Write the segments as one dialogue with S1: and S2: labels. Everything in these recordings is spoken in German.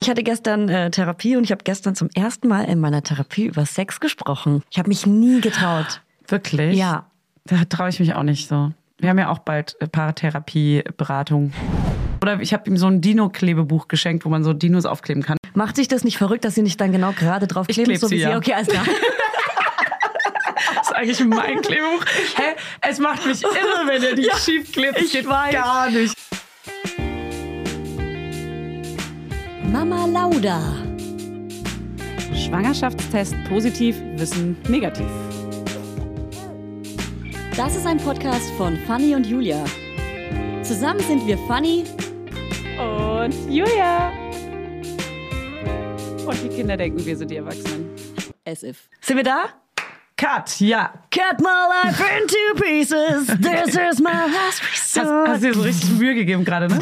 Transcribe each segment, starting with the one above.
S1: Ich hatte gestern äh, Therapie und ich habe gestern zum ersten Mal in meiner Therapie über Sex gesprochen. Ich habe mich nie getraut.
S2: Wirklich?
S1: Ja.
S2: Da traue ich mich auch nicht so. Wir haben ja auch bald äh, Paartherapie-Beratung. Oder ich habe ihm so ein Dino-Klebebuch geschenkt, wo man so Dinos aufkleben kann.
S1: Macht dich das nicht verrückt, dass sie nicht dann genau gerade drauf
S2: Ich
S1: kleben,
S2: kleb
S1: so
S2: sie,
S1: wie sie?
S2: ja.
S1: Okay, alles klar.
S2: Das ist eigentlich mein Klebebuch. Hä? Es macht mich irre, wenn er die
S1: Ja,
S2: schief klebt.
S1: ich weiß.
S2: gar nicht.
S1: Mama Lauda.
S2: Schwangerschaftstest positiv, Wissen negativ.
S1: Das ist ein Podcast von Fanny und Julia. Zusammen sind wir Fanny.
S2: Und Julia. Und die Kinder denken, wir sind die Erwachsenen.
S1: As if. Sind wir da?
S2: Cut, ja.
S1: Cut my life in two pieces. This is my last
S2: Hast, hast
S1: resort.
S2: dir so richtig Mühe gegeben gerade, ne?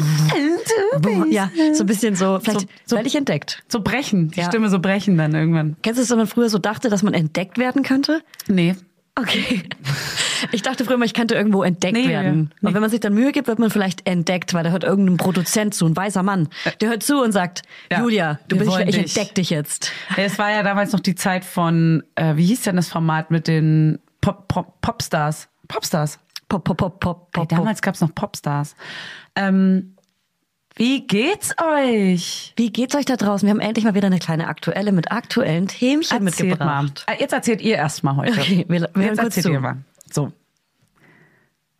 S1: Ja, so ein bisschen so. Vielleicht
S2: So- so-
S1: werde ich entdeckt.
S2: So brechen, die
S1: Ja.
S2: Stimme so brechen dann irgendwann.
S1: Kennst du es, wenn man früher so dachte, dass man entdeckt werden könnte?
S2: Nee.
S1: Okay. Ich dachte früher mal, ich könnte irgendwo entdeckt
S2: Nee,
S1: werden.
S2: nee.
S1: Aber wenn man sich dann Mühe gibt, wird man vielleicht entdeckt, weil da hört irgendein Produzent zu, ein weißer Mann. Der hört zu und sagt,
S2: Ja,
S1: Julia, du
S2: wir
S1: bist,
S2: wollen
S1: ich
S2: dich.
S1: entdeck dich jetzt.
S2: Äh, Es war ja damals noch die Zeit von, äh, wie hieß denn das Format mit den Pop, Pop, Popstars? Popstars.
S1: Pop, pop, pop, pop,
S2: Ey,
S1: pop. pop.
S2: damals gab's noch Popstars. Ähm, wie geht's euch?
S1: Wie geht's euch da draußen? Wir haben endlich mal wieder eine kleine aktuelle mit aktuellen Themchen
S2: Erzählt mal.
S1: mitgebracht.
S2: Äh, Jetzt erzählt ihr erst mal heute.
S1: Okay, wir- wir hören
S2: Jetzt
S1: kurz
S2: erzählt
S1: zu.
S2: ihr mal. So.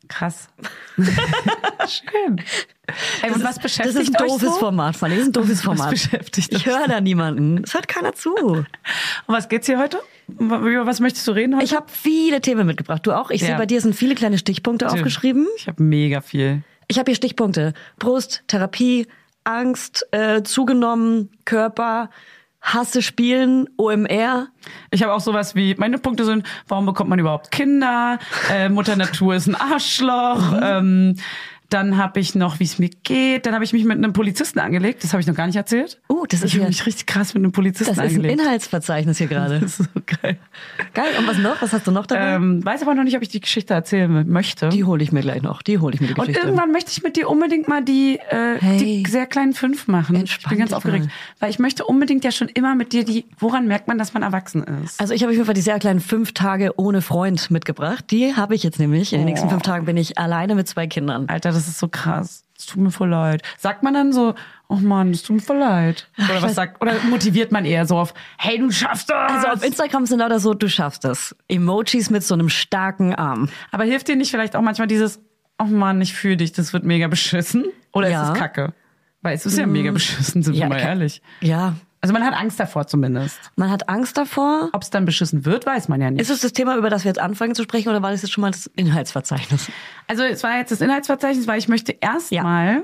S2: Krass. Schön. Ey, und
S1: Das
S2: was
S1: ist-
S2: beschäftigt
S1: Das ist ein
S2: euch
S1: doofes
S2: so?
S1: Format, Fanny. Das ist ein doofes
S2: Was
S1: Format.
S2: beschäftigt
S1: ich
S2: euch?
S1: höre da niemanden. Es hört keiner zu.
S2: Und was geht's hier heute? Über was möchtest du reden heute?
S1: Ich habe viele Themen mitgebracht. Du auch? Ich
S2: Ja.
S1: sehe bei dir sind viele kleine Stichpunkte aufgeschrieben.
S2: Ich habe mega viel.
S1: Ich habe hier Stichpunkte. Brust, Therapie, Angst, äh, zugenommen, Körper, Hasse spielen, OMR.
S2: Ich habe auch sowas wie, meine Punkte sind, warum bekommt man überhaupt Kinder? Äh, Mutter Natur ist ein Arschloch.
S1: Mhm.
S2: Ähm, dann habe ich noch, wie es mir geht. Dann habe ich mich mit einem Polizisten angelegt. Das habe ich noch gar nicht erzählt.
S1: Oh, das ist
S2: ich
S1: ja-
S2: habe mich richtig krass mit einem Polizisten
S1: Das ist ein
S2: angelegt.
S1: Inhaltsverzeichnis hier gerade.
S2: das ist so geil.
S1: Geil. Und was noch? Was hast du noch dabei?
S2: Ähm, weiß aber noch nicht, ob ich die Geschichte erzählen möchte.
S1: die hole ich mir gleich noch. Die hole ich mir die
S2: Und
S1: Geschichte.
S2: irgendwann möchte ich mit dir unbedingt mal die, äh,
S1: Hey.
S2: die sehr kleinen fünf machen. ich
S1: Entspann
S2: bin ganz
S1: dich
S2: aufgeregt.
S1: mal.
S2: Weil ich möchte unbedingt ja schon immer mit dir die, woran merkt man, dass man erwachsen ist?
S1: Also ich habe auf jeden Fall die sehr kleinen fünf Tage ohne Freund mitgebracht. Die habe ich jetzt nämlich. In den
S2: Oh.
S1: nächsten fünf Tagen bin ich alleine mit zwei Kindern.
S2: Alter, das ist so krass. Es tut mir voll leid. Sagt man dann so, oh Mann, es tut mir voll leid. Oder was sagt, oder motiviert man eher so auf, hey, du schaffst das.
S1: Also auf Instagram sind lauter so, du schaffst es. Emojis mit so einem starken Arm.
S2: Aber hilft dir nicht vielleicht auch manchmal dieses, oh Mann, ich fühle dich, das wird mega beschissen? Oder
S1: Ja. Mm.
S2: ist es kacke? Weil es ist ja mega beschissen, sind wir mal
S1: ka-
S2: ehrlich.
S1: Ja,
S2: Also man hat Angst davor zumindest.
S1: man hat Angst davor.
S2: Ob es dann beschissen wird, weiß man ja nicht.
S1: Ist es das Thema, über das wir jetzt anfangen zu sprechen, oder war das jetzt schon mal das Inhaltsverzeichnis?
S2: Also es war jetzt das Inhaltsverzeichnis, weil ich möchte
S1: Ja.
S2: erstmal,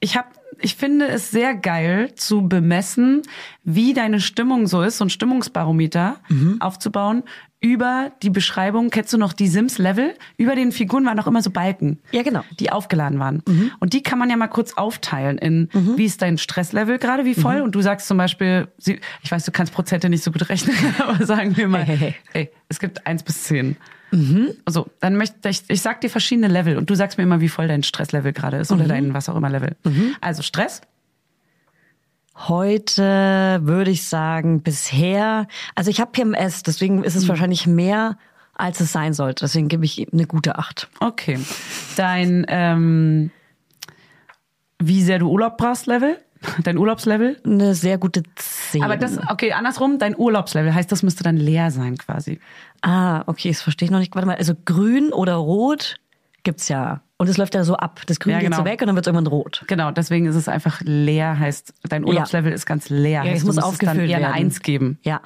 S2: ich habe, ich finde es sehr geil zu bemessen, wie deine Stimmung so ist, so ein Stimmungsbarometer
S1: Mhm.
S2: aufzubauen über die Beschreibung. Kennst du noch die Sims-Level? Über den Figuren waren auch immer so Balken.
S1: Ja, genau.
S2: Die aufgeladen waren.
S1: Mhm.
S2: Und die kann man ja mal kurz aufteilen in, wie ist dein Stresslevel gerade, wie
S1: Mhm.
S2: voll? Und du sagst zum Beispiel, sie- ich weiß, du kannst Prozente nicht so gut rechnen, aber sagen wir mal,
S1: Hey, hey, Mhm.
S2: ey, es gibt eins bis zehn. So, dann möchte ich, ich sag dir verschiedene Level und du sagst mir immer, wie voll dein Stresslevel gerade ist
S1: Mhm.
S2: oder dein was auch immer Level. Also Stress,
S1: Heute würde ich sagen, bisher, also ich habe PMS, deswegen ist es wahrscheinlich mehr, als es sein sollte. Deswegen gebe ich eine gute Acht.
S2: okay. Dein, ähm, wie sehr du Urlaub brauchst Level, dein Urlaubslevel.
S1: Eine sehr gute 10.
S2: Aber das, okay, andersrum, dein Urlaubslevel heißt, das müsste dann leer sein quasi.
S1: Ah, okay, das verstehe ich noch nicht. Warte mal, also grün oder rot gibt's ja. Und es läuft ja so ab. Das Grün
S2: Ja,
S1: geht so
S2: genau.
S1: weg und dann wird's irgendwann rot.
S2: Genau, deswegen ist es einfach leer, heißt, dein Urlaubslevel ist ganz
S1: Ja,
S2: leer. heißt,
S1: es
S2: du
S1: muss
S2: musst
S1: aufgefüllt
S2: dann eher
S1: werden.
S2: eine Eins geben.
S1: Ja.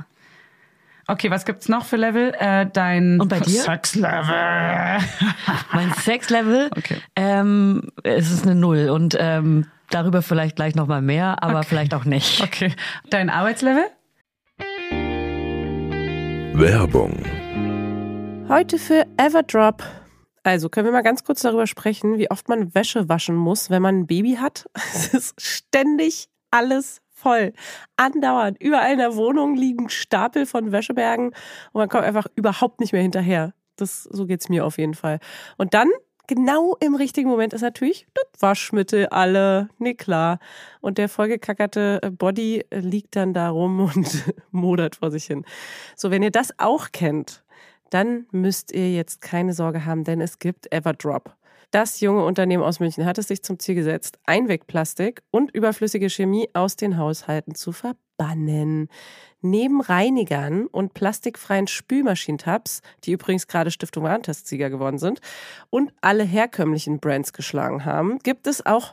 S2: Okay, was gibt's noch für Level? Äh, dein
S1: Und bei dir?
S2: Sexlevel.
S1: Mein Sexlevel,
S2: Okay.
S1: ähm, es ist eine Null. Und ähm, darüber vielleicht gleich nochmal mehr, aber vielleicht auch nicht.
S2: Okay, dein Arbeitslevel?
S3: Werbung.
S4: Heute für Everdrop. Also können wir mal ganz kurz darüber sprechen, wie oft man Wäsche waschen muss, wenn man ein Baby hat. Es ist ständig alles voll. Andauernd. Überall in der Wohnung liegen Stapel von Wäschebergen und man kommt einfach überhaupt nicht mehr hinterher. Das, so geht's mir auf jeden Fall. Und dann genau im richtigen Moment ist natürlich das Waschmittel alle. Nee, klar. Und der vollgekackerte äh, Body liegt dann da rum und modert vor sich hin. So, wenn ihr das auch kennt, dann müsst ihr jetzt keine Sorge haben, denn es gibt Everdrop. Das junge Unternehmen aus München hat es sich zum Ziel gesetzt, Einwegplastik und überflüssige Chemie aus den Haushalten zu verbannen. Neben Reinigern und plastikfreien Spülmaschinentabs, die übrigens gerade Stiftung Warentest-Sieger geworden sind, und alle herkömmlichen Brands geschlagen haben, gibt es auch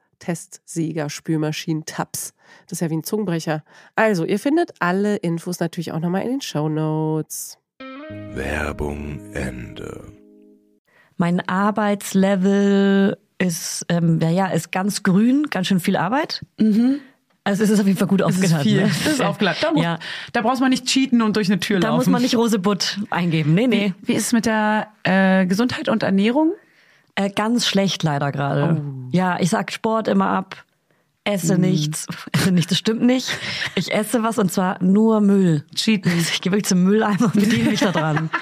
S4: Testsieger, Spülmaschinen, Tabs. Das ist ja wie ein Zungenbrecher. Also, ihr findet alle Infos natürlich auch nochmal in den Show Notes.
S3: Werbung Ende.
S1: Mein Arbeitslevel ist, ähm, ja, ja, ist ganz grün, ganz schön viel Arbeit. Also es ist auf jeden Fall gut
S2: Das Mhm. ist
S1: aufgeteilt.
S2: viel.
S1: Ne?
S2: Das ist aufgeladen. Da, muss,
S1: Ja.
S2: da brauchst man nicht cheaten und durch eine Tür
S1: Da
S2: laufen.
S1: muss man nicht Rose Butt eingeben. Nee, nee.
S2: Wie ist es mit der äh, Gesundheit und Ernährung?
S1: Äh, ganz schlecht leider gerade.
S2: Oh.
S1: Ja, ich sag Sport immer ab. Esse
S2: Mhm.
S1: nichts. Esse nichts, das stimmt nicht. Ich esse was und zwar nur Müll.
S2: Cheaten.
S1: Ich gehe wirklich zum Mülleimer und bediene mich da dran.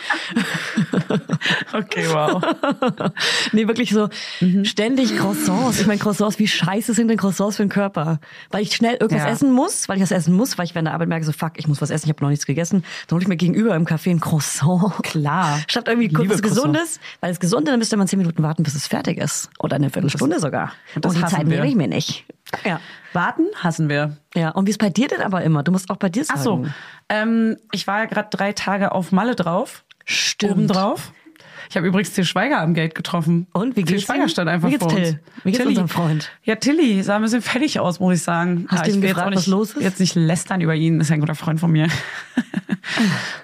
S2: Okay, wow.
S1: Nee, wirklich so
S2: Mhm.
S1: ständig Croissants. Ich meine, Croissants, wie scheiße sind denn Croissants für den Körper? Weil ich schnell irgendwas
S2: Ja.
S1: essen muss, weil ich was essen muss, weil ich während der Arbeit merke, so fuck, ich muss was essen, ich habe noch nichts gegessen. Dann hole ich mir gegenüber im Café ein Croissant.
S2: Klar.
S1: Statt irgendwie kurz
S2: Liebe
S1: was
S2: Croissant.
S1: Gesundes, weil das Gesunde, dann müsste man zehn Minuten warten, bis es fertig ist. Oder eine Viertelstunde sogar. Und,
S2: das
S1: die
S2: hassen
S1: Zeit
S2: wir.
S1: nehme ich mir nicht. Ja.
S2: Warten hassen wir.
S1: Ja. Und wie ist bei dir denn aber immer? Du musst auch bei dir
S2: Ach
S1: sagen.
S2: so, ähm, ich war ja gerade drei Tage auf Malle drauf.
S1: Stimmt.
S2: Oben drauf. Ich habe übrigens Till Schweiger am Gate getroffen.
S1: Und, wie
S2: Till
S1: geht's
S2: Schweiger
S1: ihm?
S2: stand einfach
S1: Wie geht's
S2: vor uns.
S1: Till? Wie geht's
S2: Tilly.
S1: unserem Freund?
S2: Ja, Tilly sah ein bisschen fertig aus, muss ich sagen.
S1: Hast
S2: Aber
S1: du
S2: ich
S1: ihn
S2: will jetzt
S1: gefragt,
S2: auch nicht,
S1: was los ist?
S2: Jetzt nicht lästern über ihn, ist ja ein guter Freund von mir.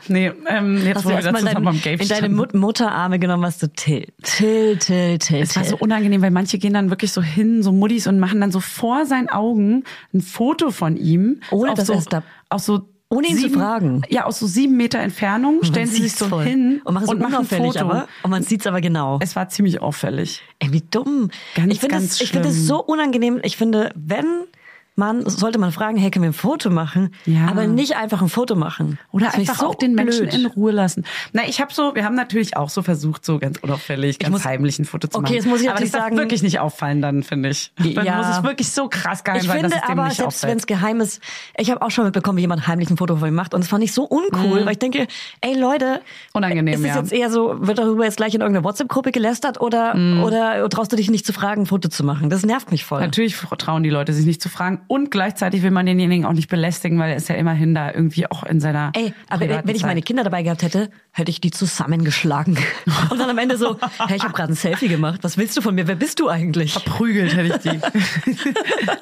S2: nee, ähm, jetzt
S1: Hast
S2: wo
S1: du
S2: wir da
S1: erstmal
S2: zusammen
S1: dein,
S2: am Gate
S1: in deine
S2: standen.
S1: Mut Mutterarme genommen, was du Till, Till, Till, Till.
S2: Es war
S1: Till.
S2: so unangenehm, weil manche gehen dann wirklich so hin, so Muddis und machen dann so vor seinen Augen ein Foto von ihm.
S1: Ohne
S2: Auf
S1: dass
S2: so,
S1: er's da-
S2: Auf so
S1: Ohne ihn zu
S2: sieben,
S1: fragen.
S2: Ja, aus so sieben Meter Entfernung stellen sie sich
S1: sieht's
S2: so
S1: voll.
S2: hin
S1: und machen so unauffällig, aber und man sieht's aber genau.
S2: Es war ziemlich auffällig.
S1: Ey, wie dumm.
S2: Ganz,
S1: ich finde
S2: ganz
S1: das, ich finde das
S2: schlimm.
S1: so unangenehm. Ich finde, wenn man sollte man fragen, hey, können wir ein Foto machen?
S2: Ja.
S1: Aber nicht einfach ein Foto machen.
S2: Oder
S1: Das find ich
S2: einfach
S1: so
S2: auch den Menschen
S1: blöd.
S2: in Ruhe lassen. Na, ich habe so, wir haben natürlich auch so versucht, so ganz unauffällig, ganz
S1: muss-
S2: heimlich ein Foto zu
S1: Okay,
S2: machen.
S1: jetzt muss ich
S2: aber
S1: natürlich
S2: das darf
S1: sagen-
S2: wirklich nicht auffallen dann, finde ich. Dann
S1: Ja.
S2: muss es wirklich so krass geheim
S1: Ich
S2: sein, dass
S1: finde
S2: es dem
S1: aber,
S2: nicht
S1: selbst
S2: auffällt.
S1: wenn es geheim ist, ich habe auch schon mitbekommen, wie jemand heimlich ein Foto von ihm macht. Und das fand ich so uncool, weil ich denke, ey Leute,
S2: Unangenehm,
S1: ist es
S2: ja.
S1: jetzt eher so, wird darüber jetzt gleich in irgendeiner WhatsApp-Gruppe gelästert oder, oder traust du dich nicht zu fragen, ein Foto zu machen? Das nervt mich voll.
S2: Natürlich trauen die Leute sich nicht zu fragen und gleichzeitig will man denjenigen auch nicht belästigen, weil er ist ja immerhin da irgendwie auch in seiner
S1: Ey, aber wenn,
S2: privaten
S1: wenn ich
S2: Zeit.
S1: meine Kinder dabei gehabt hätte, hätte ich die zusammengeschlagen. Und dann am Ende so, hey, ich habe gerade ein Selfie gemacht. Was willst du von mir? Wer bist du eigentlich?
S2: verprügelt hätte ich die.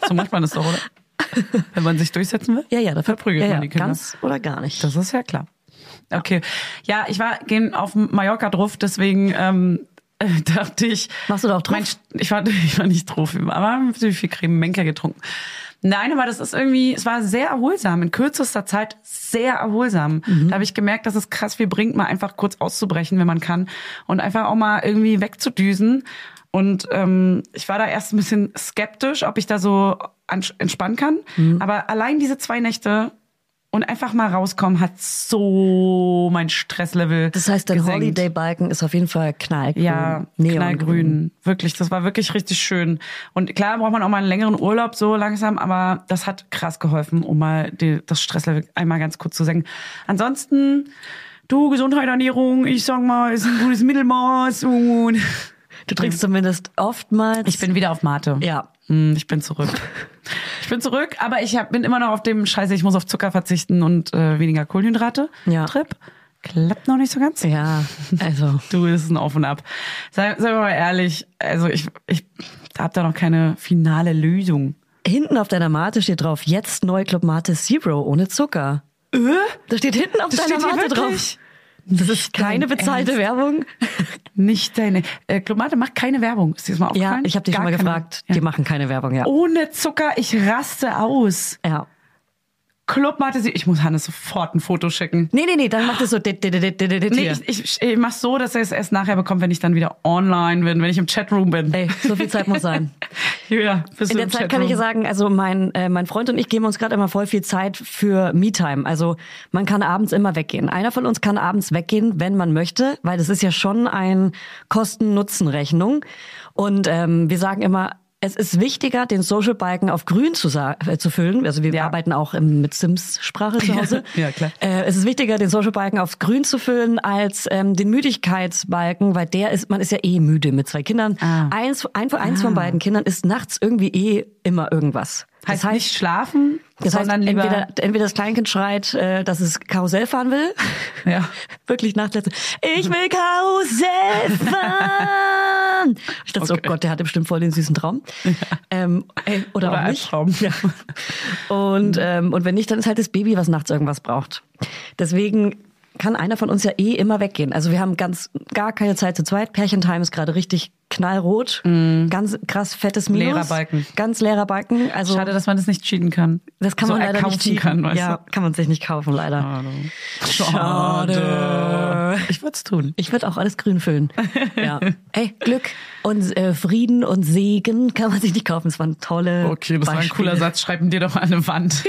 S2: so macht man das doch, oder? Wenn man sich durchsetzen will?
S1: Ja, ja, dafür
S2: verprügelt
S1: ja, ja,
S2: man die Kinder.
S1: Ganz oder gar nicht.
S2: Das ist ja klar. Okay. Ja, ich war gehen auf Mallorca drauf, deswegen ähm, äh, dachte ich.
S1: Warst du da auch drauf?
S2: Mein, St- ich, war, ich war nicht drauf, aber haben ziemlich viel Creme Menker getrunken. Nein, aber das ist irgendwie, es war sehr erholsam, in kürzester Zeit sehr erholsam.
S1: Mhm.
S2: Da habe ich gemerkt, dass es krass viel bringt, mal einfach kurz auszubrechen, wenn man kann. Und einfach auch mal irgendwie wegzudüsen. Und ähm, ich war da erst ein
S1: Mhm.
S2: bisschen skeptisch, ob ich da so ans- entspannen kann. Aber allein diese zwei Nächte und einfach mal rauskommen hat so mein Stresslevel.
S1: Das heißt, dein
S2: gesenkt.
S1: Holiday-Balken ist auf jeden Fall knallgrün.
S2: Ja,
S1: Neongrün.
S2: knallgrün. Wirklich, das war wirklich richtig schön. Und klar braucht man auch mal einen längeren Urlaub so langsam, aber das hat krass geholfen, um mal die, das Stresslevel einmal ganz kurz zu senken. Ansonsten, du, Gesundheit, Ernährung, ich sag mal, ist ein gutes Mittelmaß und
S1: Du trinkst zumindest oftmals.
S2: ich bin wieder auf Mate.
S1: Ja.
S2: Hm, Ich bin zurück. Ich bin zurück, aber ich hab, bin immer noch auf dem Scheiße, ich muss auf Zucker verzichten und äh, weniger Kohlenhydrate.
S1: Ja.
S2: Trip. Klappt noch nicht so ganz.
S1: Ja, also.
S2: Du, das ist ein Auf und Ab. Sei, sei mal ehrlich, also ich, ich habe da noch keine finale Lösung.
S1: Hinten auf deiner Mate steht drauf, jetzt Neuclub Mate Zero ohne Zucker.
S2: Äh?
S1: Da steht hinten auf deiner
S2: steht hier
S1: Mate
S2: wirklich?
S1: drauf. Das ist keine
S2: dein
S1: bezahlte
S2: Ernst.
S1: Werbung.
S2: Nicht deine. Äh, Klomate macht keine Werbung. Ist dir das mal
S1: Ja,
S2: aufgefallen?
S1: ich habe dich schon
S2: Gar
S1: mal
S2: keine.
S1: gefragt.
S2: Ja. Oh.
S1: Die machen keine Werbung, ja.
S2: Ohne Zucker, ich raste aus.
S1: Ja.
S2: Clubmate, sie- ich muss Hannes sofort ein Foto schicken.
S1: Nee, nee, nee, dann macht es so. dit, dit, dit, dit, dit, dit
S2: Ah. Nee,
S1: hier.
S2: ich, ich, ich mach's so, dass er es erst nachher bekommt, wenn ich dann wieder online bin, wenn ich im Chatroom bin.
S1: Ey, so viel Zeit muss sein.
S2: Julia, bist
S1: In
S2: du
S1: der
S2: im
S1: Zeit kann ich
S2: Chatroom?
S1: dir sagen, also mein, äh, mein Freund und ich geben uns gerade immer voll viel Zeit für Me-Time. Also man kann abends immer weggehen. Einer von uns kann abends weggehen, wenn man möchte, weil das ist ja schon eine Kosten-Nutzen-Rechnung. Und ähm, wir sagen immer, es ist wichtiger, den Social Balken auf grün zu, sa- äh, zu füllen. Also wir
S2: Ja.
S1: arbeiten auch im, mit Sims-Sprache zu Hause.
S2: Ja, klar.
S1: Äh, es ist wichtiger, den Social Balken auf grün zu füllen, als ähm, den Müdigkeitsbalken, weil der ist, man ist ja eh müde mit zwei Kindern.
S2: Ah.
S1: Eins, ein, eins von beiden Kindern ist nachts irgendwie eh immer irgendwas.
S2: Heißt nicht schlafen,
S1: das heißt
S2: sondern lieber.
S1: entweder, entweder das Kleinkind schreit, äh, dass es Karussell fahren will.
S2: Ja.
S1: Wirklich nachtletzte. Ich will Karussell fahren! Ich dachte, so,
S2: Okay.
S1: oh Gott, der hatte bestimmt voll den süßen Traum. Ähm, ey, oder,
S2: Oder
S1: auch nicht.
S2: Albtraum. Mhm.
S1: Ja. Und, ähm, und wenn nicht, dann ist halt das Baby, was nachts irgendwas braucht. Deswegen kann einer von uns ja eh immer weggehen. Also wir haben ganz gar keine Zeit zu zweit. Pärchentime ist gerade richtig knallrot. Ganz krass fettes Minus.
S2: Mhm. Leerer Balken.
S1: Ganz leerer Balken. Also
S2: Schade, dass man das nicht cheaten kann.
S1: das kann
S2: so
S1: man leider
S2: erkaufen
S1: nicht cheaten.
S2: kann, weißt
S1: ja,
S2: du?
S1: kann man sich nicht kaufen, leider. Schade.
S2: ah, Ich würde es tun.
S1: Ich würde auch alles grün füllen. Ja. Ey, Glück und äh, Frieden und Segen kann man sich nicht kaufen. Das waren tolle
S2: Okay, das war ein
S1: Beispiele.
S2: cooler Satz. Schreib ihn dir doch an eine Wand.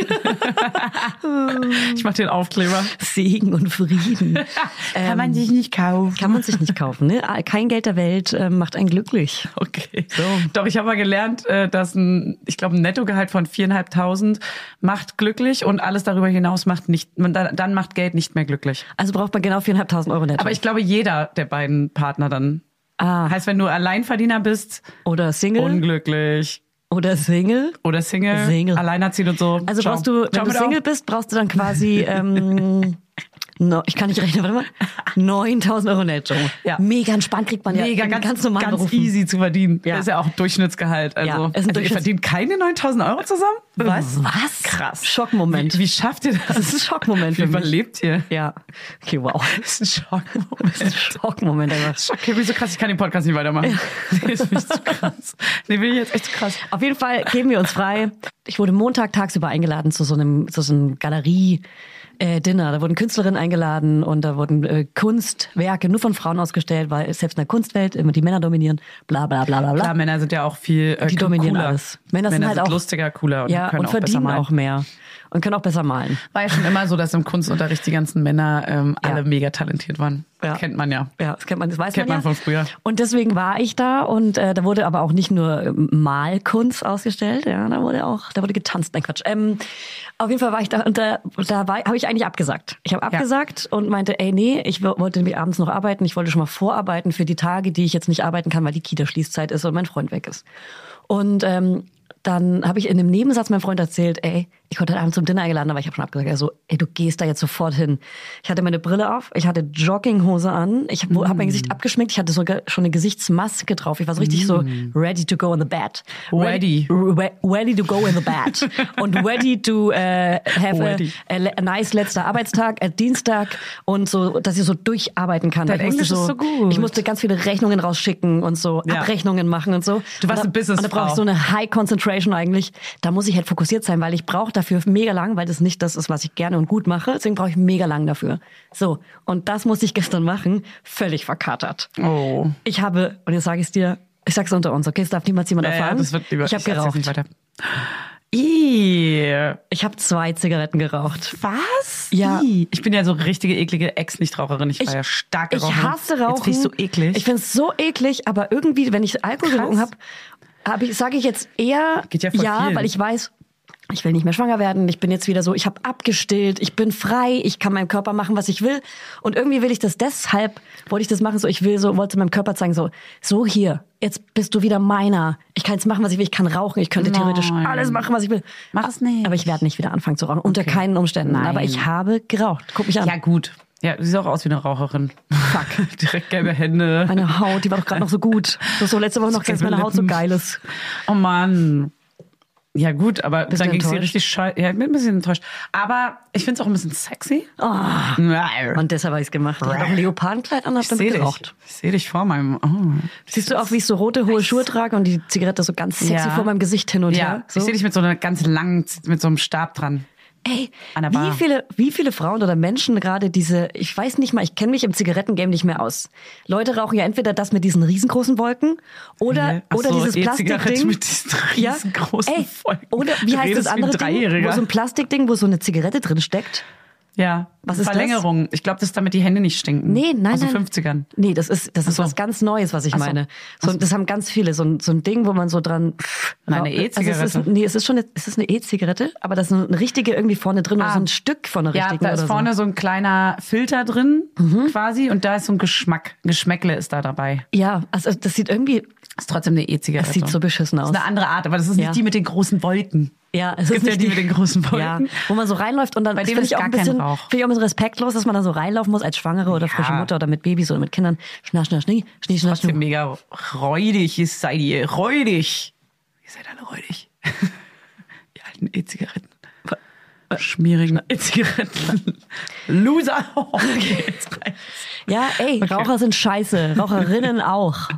S2: ich mach den Aufkleber. Ähm,
S1: Segen und Frieden. Ähm,
S2: Kann man sich nicht kaufen.
S1: Kann man sich nicht kaufen, ne? Ah, Kein Geld der Welt äh, macht einen glücklich.
S2: Okay. Doch, ich habe mal gelernt, äh, dass ein, ich glaube, ein Nettogehalt von 4.500 macht glücklich und alles darüber hinaus macht nicht, man, dann dann macht Geld nicht mehr glücklich.
S1: Also braucht man genau 4.500 Euro netto.
S2: Aber ich glaube, jeder der beiden Partner dann.
S1: ah,
S2: Heißt, wenn du Alleinverdiener bist,
S1: oder Single
S2: unglücklich.
S1: oder Single.
S2: Oder Single,
S1: Single.
S2: alleinerziehend und so.
S1: Also
S2: Ciao.
S1: brauchst du, wenn
S2: Ciao
S1: du
S2: mit auf.
S1: Single bist, brauchst du dann quasi, ähm, no, ich kann nicht rechnen, warte mal, 9.000 Euro netto.
S2: Ja.
S1: Mega entspannt kriegt man ja
S2: Mega,
S1: in
S2: ganz,
S1: ganz normalen
S2: ganz
S1: Berufen.
S2: easy zu verdienen.
S1: Ja.
S2: Das ist ja auch Durchschnittsgehalt. Also,
S1: Ja, ist ein
S2: also ihr
S1: Durchschnitts-
S2: verdient keine 9000 Euro zusammen? Was?
S1: Was?
S2: Krass.
S1: Schockmoment.
S2: Wie, wie schafft ihr das?
S1: Das ist ein Schockmoment
S2: Wie
S1: für mich.
S2: überlebt ihr?
S1: Ja. Okay, wow.
S2: Das ist ein
S1: Das ist ein
S2: Schockmoment.
S1: Schockmoment. einfach.
S2: Okay, wieso krass? Ich kann den Podcast nicht weitermachen. Nee, ist mir zu krass. Nee, bin ich jetzt echt zu krass.
S1: Auf jeden Fall geben wir uns frei. Ich wurde Montag tagsüber eingeladen zu so einem, zu so einem Galerie-Dinner. Da wurden Künstlerinnen eingeladen und da wurden äh, Kunstwerke nur von Frauen ausgestellt, weil selbst in der Kunstwelt immer die Männer dominieren. Bla bla bla bla bla.
S2: Klar, Männer sind ja auch viel äh,
S1: die dominieren
S2: cooler.
S1: alles.
S2: Männer, sind,
S1: halt auch
S2: lustiger, cooler und
S1: ja,
S2: können
S1: und
S2: auch besser
S1: verdienen
S2: malen.
S1: auch mehr und können auch besser malen.
S2: War ja schon immer so, dass im Kunstunterricht die ganzen Männer ähm,
S1: Ja.
S2: alle mega talentiert waren.
S1: Ja.
S2: Kennt man ja.
S1: Ja, das kennt man, das weiß
S2: Kennt
S1: man, ja.
S2: man von früher.
S1: Und deswegen war ich da und äh, da wurde aber auch nicht nur ähm, Malkunst ausgestellt, ja, da wurde auch, da wurde getanzt, nein Quatsch. Ähm, auf jeden Fall war ich da und da, da war- habe ich eigentlich abgesagt. Ich habe abgesagt und meinte, ey nee, ich wo- wollte nämlich abends noch arbeiten, ich wollte schon mal vorarbeiten für die Tage, die ich jetzt nicht arbeiten kann, weil die Kita-Schließzeit ist und mein Freund weg ist. Und ähm, dann habe ich in einem Nebensatz meinem Freund erzählt, ey, ich wurde heute Abend zum Dinner eingeladen, aber ich habe schon abgesagt. Er so, ey, du gehst da jetzt sofort hin. Ich hatte meine Brille auf, ich hatte Jogginghose an, ich habe hab mein Gesicht abgeschminkt, ich hatte sogar schon eine Gesichtsmaske drauf. Ich war so richtig so ready to go in the bed.
S2: Ready.
S1: Re ready to go in the bed. Und ready to äh, have
S2: Ready.
S1: A, a, le- a nice letzter Arbeitstag, a Dienstag und so, dass ich so durcharbeiten kann.
S2: Dein
S1: Ich musste
S2: Englisch ist so gut.
S1: Ich musste ganz viele Rechnungen rausschicken und so
S2: Ja.
S1: Abrechnungen machen und so.
S2: Du warst
S1: Und da-
S2: eine
S1: Und
S2: Businessfrau.
S1: da brauche ich so eine High Concentration eigentlich. Da muss ich halt fokussiert sein, weil ich brauche dafür mega lang, weil das nicht das ist, was ich gerne und gut mache. Deswegen brauche ich mega lang dafür. So, und das musste ich gestern machen, völlig verkatert.
S2: Oh.
S1: Ich habe, und jetzt sage ich es dir, ich sag's unter uns, okay, es darf niemals jemand
S2: Ja, ja,
S1: erfahren.
S2: das wird lieber.
S1: ich habe
S2: sag's
S1: geraucht.
S2: jetzt nicht weiter. Ih,
S1: Ich habe zwei Zigaretten geraucht.
S2: was?
S1: Ja.
S2: Ih. Ich bin ja so richtige eklige Ex-Nichtraucherin. Ich, war ja stark
S1: Ich
S2: gerauchen.
S1: hasse Rauchen.
S2: Jetzt bin ich so eklig.
S1: Ich finde es so eklig, aber irgendwie, wenn ich Alkohol
S2: Krass.
S1: getrunken habe, hab ich, sage ich jetzt eher
S2: Geht ja voll vielen.
S1: weil ich weiß, ich will nicht mehr schwanger werden. Ich bin jetzt wieder so, ich habe abgestillt, ich bin frei, ich kann meinem Körper machen, was ich will. Und irgendwie will ich das deshalb, wollte ich das machen, so ich will so, wollte meinem Körper zeigen, so, so hier, jetzt bist du wieder meiner. Ich kann jetzt machen, was ich will, ich kann rauchen, ich könnte theoretisch
S2: Nein.
S1: alles machen, was ich will.
S2: Mach es nicht.
S1: Aber ich werde nicht wieder anfangen zu rauchen, unter keinen Umständen.
S2: Nein.
S1: Aber ich habe geraucht. Guck mich an.
S2: ja, gut. Ja, du siehst auch aus wie eine Raucherin. Fuck. Direkt gelbe Hände.
S1: Meine Haut, die war doch gerade noch so gut. Du hast so letzte Woche noch gesagt, dass meine Haut so geil ist.
S2: Oh Mann. Ja, gut, aber
S1: Bist
S2: dann
S1: du
S2: ging es dir
S1: enttäuscht?
S2: richtig scheiße. Ja, ich bin ein bisschen enttäuscht. Aber ich finde es auch ein bisschen sexy.
S1: Ah,
S2: Und
S1: und deshalb habe ich es gemacht. Ich habe auch ein Leopardenkleid an und
S2: ich
S1: habe
S2: sehe
S1: damit
S2: dich.
S1: geraucht.
S2: Ich sehe dich vor meinem. Oh.
S1: Siehst du auch, wie ich so rote, hohe Schuhe trage und die Zigarette so ganz sexy
S2: Ja.
S1: vor meinem Gesicht hin und
S2: Ja,
S1: her? So.
S2: ich sehe dich mit so einer ganz langen, mit so einem Stab dran.
S1: Ey,
S2: an der
S1: wie
S2: Bar.
S1: viele, wie viele Frauen oder Menschen gerade diese, ich weiß nicht mal, ich kenne mich im Zigarettengame nicht mehr aus. Leute rauchen ja entweder das mit diesen riesengroßen Wolken oder,
S2: Hä? Ach
S1: oder
S2: so,
S1: dieses
S2: E-Zigarette
S1: Plastikding.
S2: mit diesen riesengroßen
S1: Ey,
S2: Wolken.
S1: Oder
S2: Du
S1: wie heißt das
S2: redest wie ein
S1: andere Ding,
S2: Dreijähriger.
S1: wo so ein Plastikding, wo so eine Zigarette drin steckt?
S2: Ja.
S1: Was ist das?
S2: Verlängerung. Ich glaube, dass damit die Hände nicht stinken. Also
S1: Nee, nein,
S2: Aus den
S1: nein.
S2: 50ern.
S1: Nee, das ist, das ist
S2: so.
S1: was ganz Neues, was ich
S2: so.
S1: meine. So, das haben ganz viele. So ein, so ein Ding, wo man so dran.
S2: Nein, eine
S1: Also es ist-
S2: E-Zigarette.
S1: nee, es ist schon eine, es ist eine E-Zigarette, aber das ist eine richtige irgendwie vorne drin oder so ein Stück von einer
S2: Ah. Ja,
S1: richtigen.
S2: da ist
S1: oder Mhm.
S2: vorne so. ein kleiner Filter drin, quasi, und da ist so ein Geschmack. Geschmäckle ist da dabei.
S1: So. Ja, also das sieht irgendwie,
S2: Ist trotzdem eine E-Zigarette.
S1: das sieht so beschissen aus.
S2: Das ist eine andere Art, aber das ist
S1: Ja.
S2: nicht die mit den großen Wolken.
S1: Ja, es
S2: gibt
S1: ist
S2: ja
S1: nicht
S2: die mit den großen
S1: Ja,
S2: Wolken.
S1: wo man so reinläuft und dann
S2: Bei
S1: das
S2: dem
S1: finde
S2: ist
S1: ich auch
S2: gar
S1: ein
S2: kein
S1: bisschen,
S2: Rauch.
S1: finde ich auch ein bisschen respektlos, dass man da so reinlaufen muss als Schwangere oder frische
S2: Ja.
S1: Mutter oder mit Babys oder mit Kindern. Schnasch, schnasch, schnie, schnie, schnasch,
S2: Trotzdem
S1: schnie.
S2: mega räudig ist, seid ihr räudig. Ihr seid alle räudig. Ihr alten E-Zigaretten. Schmierigen E-Zigaretten. Loser. Okay, jetzt reicht's.
S1: Ja, ey,
S2: Okay.
S1: Raucher sind scheiße. Raucherinnen auch.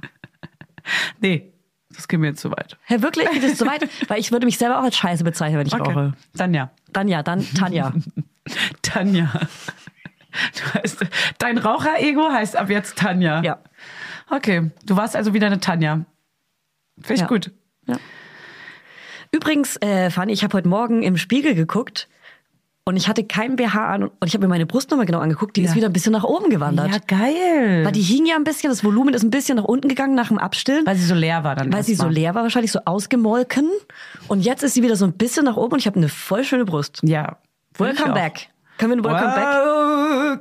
S2: nee, das geht mir jetzt zu weit.
S1: Hä, wirklich? Geht es so weit? Weil ich würde mich selber auch als scheiße bezeichnen, wenn ich rauche.
S2: Dann ja.
S1: Dann ja, dann Tanja.
S2: Tanja. Du heißt, dein Raucher-Ego heißt ab jetzt Tanja.
S1: Ja.
S2: Okay, du warst also wieder eine Tanja. Finde ich
S1: Ja.
S2: gut.
S1: Übrigens, äh, Fanny, ich habe heute Morgen im Spiegel geguckt und ich hatte keinen BH an und ich habe mir meine Brust nochmal genau angeguckt. Die ist wieder ein bisschen nach oben gewandert.
S2: geil.
S1: Weil die hing ja ein bisschen, das Volumen ist ein bisschen nach unten gegangen nach dem Abstillen.
S2: Weil sie so leer war dann.
S1: Weil sie so
S2: erstmal.
S1: leer war, wahrscheinlich so ausgemolken. Und jetzt ist sie wieder so ein bisschen nach oben und ich habe eine voll schöne Brust.
S2: Ja.
S1: Welcome back. Können wir eine Welcome back?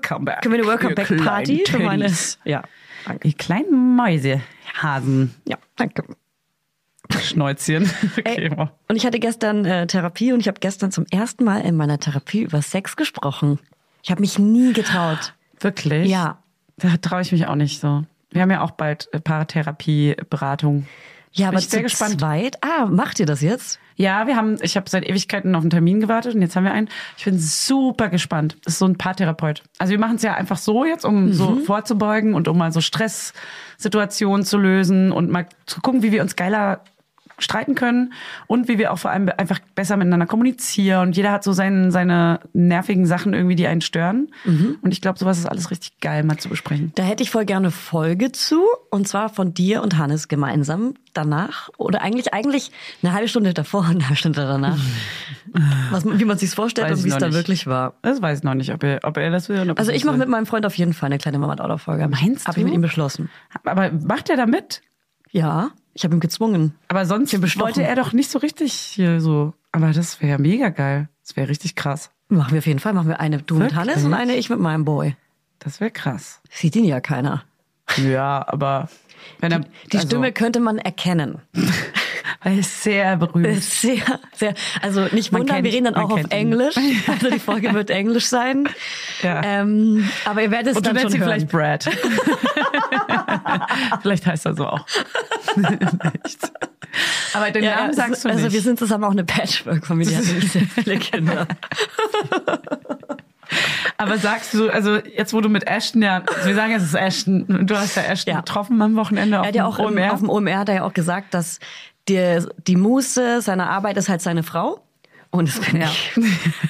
S2: Welcome back.
S1: Können wir eine Welcome
S2: Ihr
S1: back
S2: kleinen
S1: Party für meine?
S2: Teddys.
S1: Ja,
S2: Ihr kleinen Mäuse, Hasen,
S1: ja, danke.
S2: Schnäuzchen. Okay,
S1: Ey,
S2: wow.
S1: und ich hatte gestern äh, Therapie und ich habe gestern zum ersten Mal in meiner Therapie über Sex gesprochen. Ich habe mich nie getraut.
S2: Wirklich?
S1: Ja.
S2: Da traue ich mich auch nicht so. Wir haben ja auch bald äh, Paartherapie-Beratung.
S1: Ja,
S2: Bin
S1: aber
S2: ich sehr
S1: zu
S2: gespannt.
S1: zweit. Ah, macht ihr das jetzt?
S2: Ja, wir haben, ich habe seit Ewigkeiten auf einen Termin gewartet und jetzt haben wir einen. Ich bin super gespannt. Das ist so ein Paartherapeut. Also wir machen es ja einfach so jetzt, um
S1: Mhm.
S2: so vorzubeugen und um mal so Stresssituationen zu lösen und mal zu gucken, wie wir uns geiler streiten können und wie wir auch vor allem einfach besser miteinander kommunizieren. Und jeder hat so seinen, seine nervigen Sachen irgendwie, die einen stören.
S1: Mhm.
S2: Und ich glaube, sowas ist alles richtig geil, mal zu besprechen.
S1: Da hätte ich voll gerne Folge zu und zwar von dir und Hannes gemeinsam danach oder eigentlich eigentlich eine halbe Stunde davor und eine halbe Stunde danach. Was, man- wie man sich's vorstellt
S2: Weiß
S1: und
S2: ich
S1: wie es
S2: noch
S1: da
S2: nicht.
S1: wirklich war.
S2: Das weiß ich noch nicht, ob er, ob er das will. und ob
S1: Also
S2: das
S1: ich mache
S2: will.
S1: mit meinem Freund auf jeden Fall eine kleine Mama Order Folge.
S2: Meinst
S1: Habe
S2: du?
S1: ich mit ihm beschlossen.
S2: Aber macht er da mit?
S1: Ja, ich habe ihn gezwungen.
S2: Aber sonst
S1: bestochen.
S2: wollte er doch nicht so richtig hier so. Aber das wäre ja mega geil. Das wäre richtig krass.
S1: Machen wir auf jeden Fall, machen wir eine du
S2: Wirklich?
S1: mit Hannes und eine ich mit meinem Boy.
S2: Das wäre krass.
S1: Sieht ihn ja keiner.
S2: Ja, aber wenn er also
S1: Die Stimme könnte man erkennen.
S2: er ist sehr berühmt.
S1: Ist Sehr, sehr. Also nicht
S2: Mhm. Man
S1: wundern,
S2: kennt-
S1: wir reden dann
S2: man
S1: auch auf
S2: kennt ihn.
S1: Englisch. Also die Folge wird Englisch sein.
S2: Ja.
S1: Ähm, aber ihr werdet es
S2: Und du
S1: dann
S2: nennst
S1: schon
S2: ihn
S1: hören.
S2: vielleicht Brad. vielleicht heißt er so auch. Nicht. aber den Namen
S1: es-
S2: sagst du
S1: also
S2: nicht.
S1: wir sind zusammen auch eine Patchwork-Familie, also nicht sehr viele Kinder.
S2: aber sagst du, also jetzt wo du mit Ashton ja, also wir sagen jetzt es ist Ashton, du hast ja Ashton
S1: Ja.
S2: getroffen am Wochenende auf
S1: Er hat ja auch
S2: dem
S1: im,
S2: OMR.
S1: auf dem OMR hat er ja auch gesagt, dass die, die Muße seiner Arbeit ist halt seine Frau. Und das bin
S2: Ja.
S1: ich.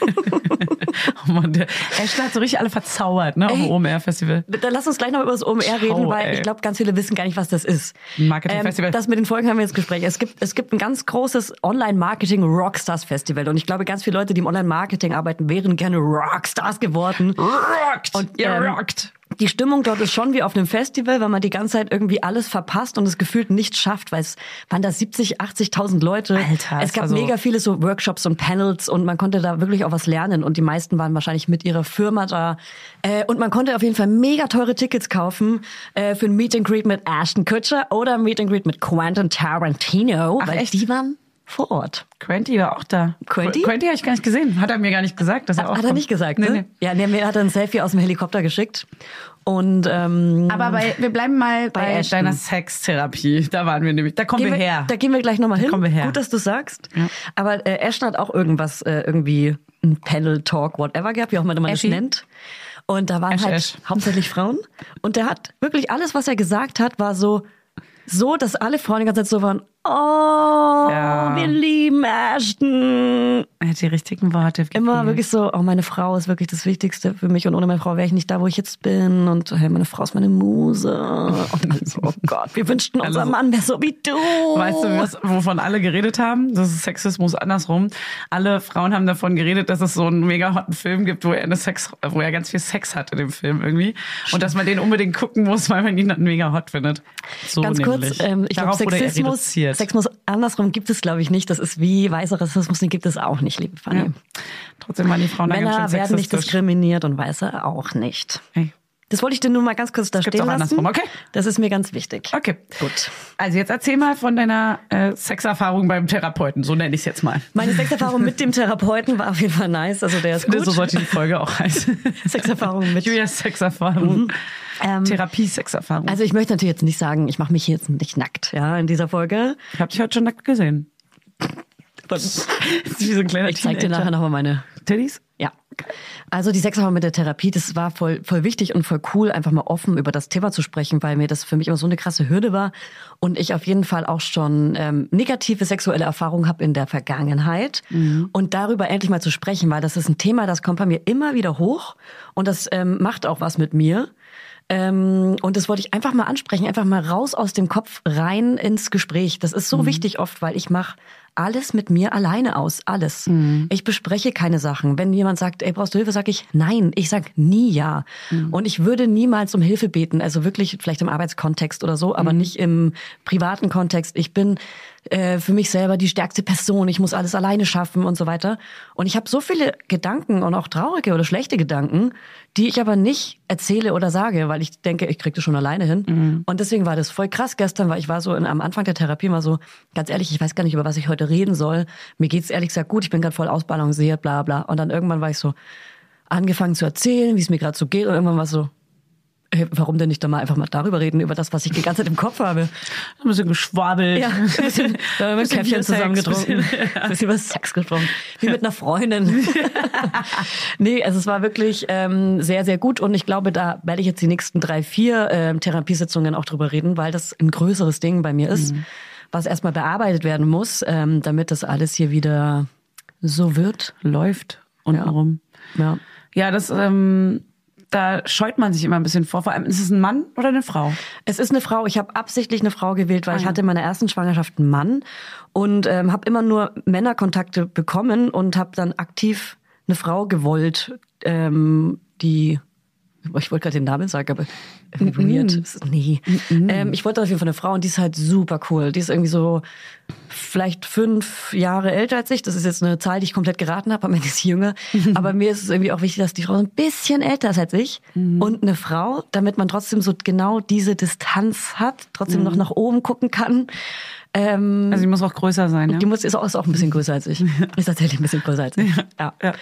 S2: oh Mann, der Ashton hat so richtig alle verzaubert, ne? Auf dem
S1: Ey.
S2: OMR-Festival.
S1: Dann lass uns gleich noch über das OMR reden, weil
S2: ey.
S1: ich glaube, ganz viele wissen gar nicht, was das ist.
S2: Marketing-Festival.
S1: Ähm, das mit den Folgen haben wir jetzt Gespräch. Es gibt, es gibt ein ganz großes Online-Marketing-Rockstars-Festival und ich glaube, ganz viele Leute, die im Online-Marketing arbeiten, wären gerne Rockstars geworden.
S2: Ah. Rockt!
S1: Und,
S2: ihr
S1: ähm,
S2: rockt!
S1: Die Stimmung dort ist schon wie auf einem Festival, weil man die ganze Zeit irgendwie alles verpasst und es gefühlt nicht schafft, weil es waren da 70, 80.000 Leute.
S2: Alter, also
S1: es
S2: es
S1: gab
S2: war so-
S1: mega viele so Workshops und Panels und man konnte da wirklich auch was lernen und die meisten waren wahrscheinlich mit ihrer Firma da. Äh, und man konnte auf jeden Fall mega teure Tickets kaufen äh, für ein Meet and Greet mit Ashton Kutcher oder ein Meet and Greet mit Quentin Tarantino,
S2: Ach,
S1: weil
S2: echt?
S1: die waren vor Ort.
S2: Quenty war auch da.
S1: Quenty?
S2: Quenty habe ich gar nicht gesehen. Hat er mir gar nicht gesagt, dass er auch
S1: Hat er
S2: kommt.
S1: nicht gesagt,
S2: Nee,
S1: ne?
S2: nee.
S1: Ja, nee, mir hat er ein Selfie aus dem Helikopter geschickt und ähm,
S2: Aber bei, wir bleiben mal bei,
S1: Ashton.
S2: deiner Sextherapie. Da waren wir nämlich. Da kommen
S1: Gehen
S2: wir
S1: wir-
S2: her.
S1: Da gehen wir gleich nochmal hin.
S2: kommen wir her.
S1: Gut, dass du sagst. Aber äh, Ashton hat auch irgendwas, äh, irgendwie ein Panel Talk, whatever gehabt, wie auch immer man
S2: Aschi.
S1: das nennt. Und da waren
S2: Ash,
S1: halt
S2: Ash.
S1: hauptsächlich Frauen. Und der hat wirklich alles, was er gesagt hat, war so, so, dass alle Frauen die ganze Zeit so waren, oh,
S2: Ja.
S1: wir lieben Ashton.
S2: er hat die richtigen Worte.
S1: Immer
S2: gewählt.
S1: wirklich so, oh, meine Frau ist wirklich das Wichtigste für mich und ohne meine Frau wäre ich nicht da, wo ich jetzt bin. Und hey, meine Frau ist meine Muse. Und alle so, oh Gott, wir wünschten, unser
S2: so-
S1: Mann wäre so wie du.
S2: Also, Weißt du, was, wovon alle geredet haben? Das ist Sexismus andersrum. Alle Frauen haben davon geredet, dass es so einen mega hotten Film gibt, wo er eine Sex, wo er ganz viel Sex hat in dem Film irgendwie. Und dass man den unbedingt gucken muss, weil man ihn dann mega hot findet. So
S1: Ganz kurz,
S2: nämlich.
S1: ähm, ich glaube,
S2: Darauf wurde er
S1: Sexismus,
S2: reduziert.
S1: Sexismus andersrum gibt es, glaube ich, nicht. Das ist wie weißer Rassismus, den gibt es auch nicht, liebe Fanny.
S2: Ja. Trotzdem waren die Frauen dann ganz
S1: Männer
S2: schön
S1: werden nicht
S2: sexistisch.
S1: diskriminiert und Weiße auch nicht.
S2: Hey.
S1: Das wollte ich dir nur mal ganz kurz da
S2: gibt's
S1: stehen
S2: auch
S1: lassen.
S2: andersrum, okay.
S1: Das ist mir ganz wichtig.
S2: Okay.
S1: Gut.
S2: Also jetzt erzähl mal von deiner äh, Sexerfahrung beim Therapeuten, so nenne ich es jetzt mal.
S1: Meine Sexerfahrung mit dem Therapeuten war auf jeden Fall nice. Also der ist gut.
S2: So sollte die Folge auch heißen.
S1: Sexerfahrung mit.
S2: Julias Sexerfahrung.
S1: Ähm,
S2: Therapie-Sexerfahrung.
S1: Also ich möchte natürlich jetzt nicht sagen, ich mache mich hier jetzt nicht nackt, ja, in dieser Folge.
S2: ich habe dich heute schon nackt gesehen.
S1: Ich
S2: Das ist wie so ein kleiner
S1: zeig dir
S2: Teenager.
S1: nachher nochmal meine
S2: Titties?
S1: Ja. Also die Sexerfahrung mit der Therapie, das war voll, voll wichtig und voll cool, einfach mal offen über das Thema zu sprechen, weil mir das für mich immer so eine krasse Hürde war und ich auf jeden Fall auch schon ähm, negative sexuelle Erfahrungen habe in der Vergangenheit und darüber endlich mal zu sprechen, weil das ist ein Thema, das kommt bei mir immer wieder hoch und das ähm, macht auch was mit mir. Ähm, und das wollte ich einfach mal ansprechen, einfach mal raus aus dem Kopf, rein ins Gespräch. Das ist so wichtig oft, weil ich mache alles mit mir alleine aus, alles. Ich bespreche keine Sachen. Wenn jemand sagt, ey, brauchst du Hilfe, sage ich nein. Ich sage nie ja. Und ich würde niemals um Hilfe beten, also wirklich vielleicht im Arbeitskontext oder so, aber nicht im privaten Kontext. Ich bin äh, für mich selber die stärkste Person, ich muss alles alleine schaffen und so weiter. Und ich habe so viele Gedanken und auch traurige oder schlechte Gedanken, die ich aber nicht erzähle oder sage, weil ich denke, ich krieg das schon alleine hin. Und deswegen war das voll krass gestern, weil ich war so in, am Anfang der Therapie mal so, ganz ehrlich, ich weiß gar nicht, über was ich heute reden soll. Mir geht's ehrlich gesagt gut, ich bin gerade voll ausbalanciert, bla bla. Und dann irgendwann war ich so angefangen zu erzählen, wie es mir gerade so geht und irgendwann war so, hey, warum denn nicht da mal einfach mal darüber reden, über das, was ich die ganze Zeit im Kopf habe.
S2: Ein bisschen geschwabbelt.
S1: Ja, ein bisschen, da haben wir ein
S2: Bisschen
S1: Käffchen
S2: Biersex,
S1: zusammengetrunken.
S2: bisschen-
S1: Ein bisschen über Sex gesprochen. Wie mit einer Freundin. nee, also es war wirklich ähm, sehr, sehr gut und ich glaube, da werde ich jetzt die nächsten drei, vier ähm, Therapiesitzungen auch drüber reden, weil das ein größeres Ding bei mir ist, was erstmal bearbeitet werden muss, ähm, damit das alles hier wieder so wird.
S2: Läuft untenrum.
S1: Ja.
S2: Ja, das, ähm, da scheut man sich immer ein bisschen vor. Vor allem, ist es ein Mann oder eine Frau?
S1: Es ist eine Frau. Ich habe absichtlich eine Frau gewählt, weil ich hatte in meiner ersten Schwangerschaft einen Mann und ähm, habe immer nur Männerkontakte bekommen und habe dann aktiv eine Frau gewollt, ähm, die ich wollte gerade den Namen sagen, aber irgendwie weird. Das ist- Nee. Ähm, ich wollte auf jeden Fall eine Frau und die ist halt super cool. Die ist irgendwie so vielleicht fünf Jahre älter als ich. Das ist jetzt eine Zahl, die ich komplett geraten habe. Am Ende ist sie jünger. Aber mir ist es irgendwie auch wichtig, dass die Frau so ein bisschen älter ist als ich
S2: Mhm.
S1: und eine Frau, damit man trotzdem so genau diese Distanz hat, trotzdem noch nach oben gucken kann. Ähm,
S2: Mhm. Also, sie muss auch größer sein, ja?
S1: die muss, ist, auch, ist auch ein bisschen größer als ich. Ist tatsächlich ein bisschen größer als ich. Ja, ja.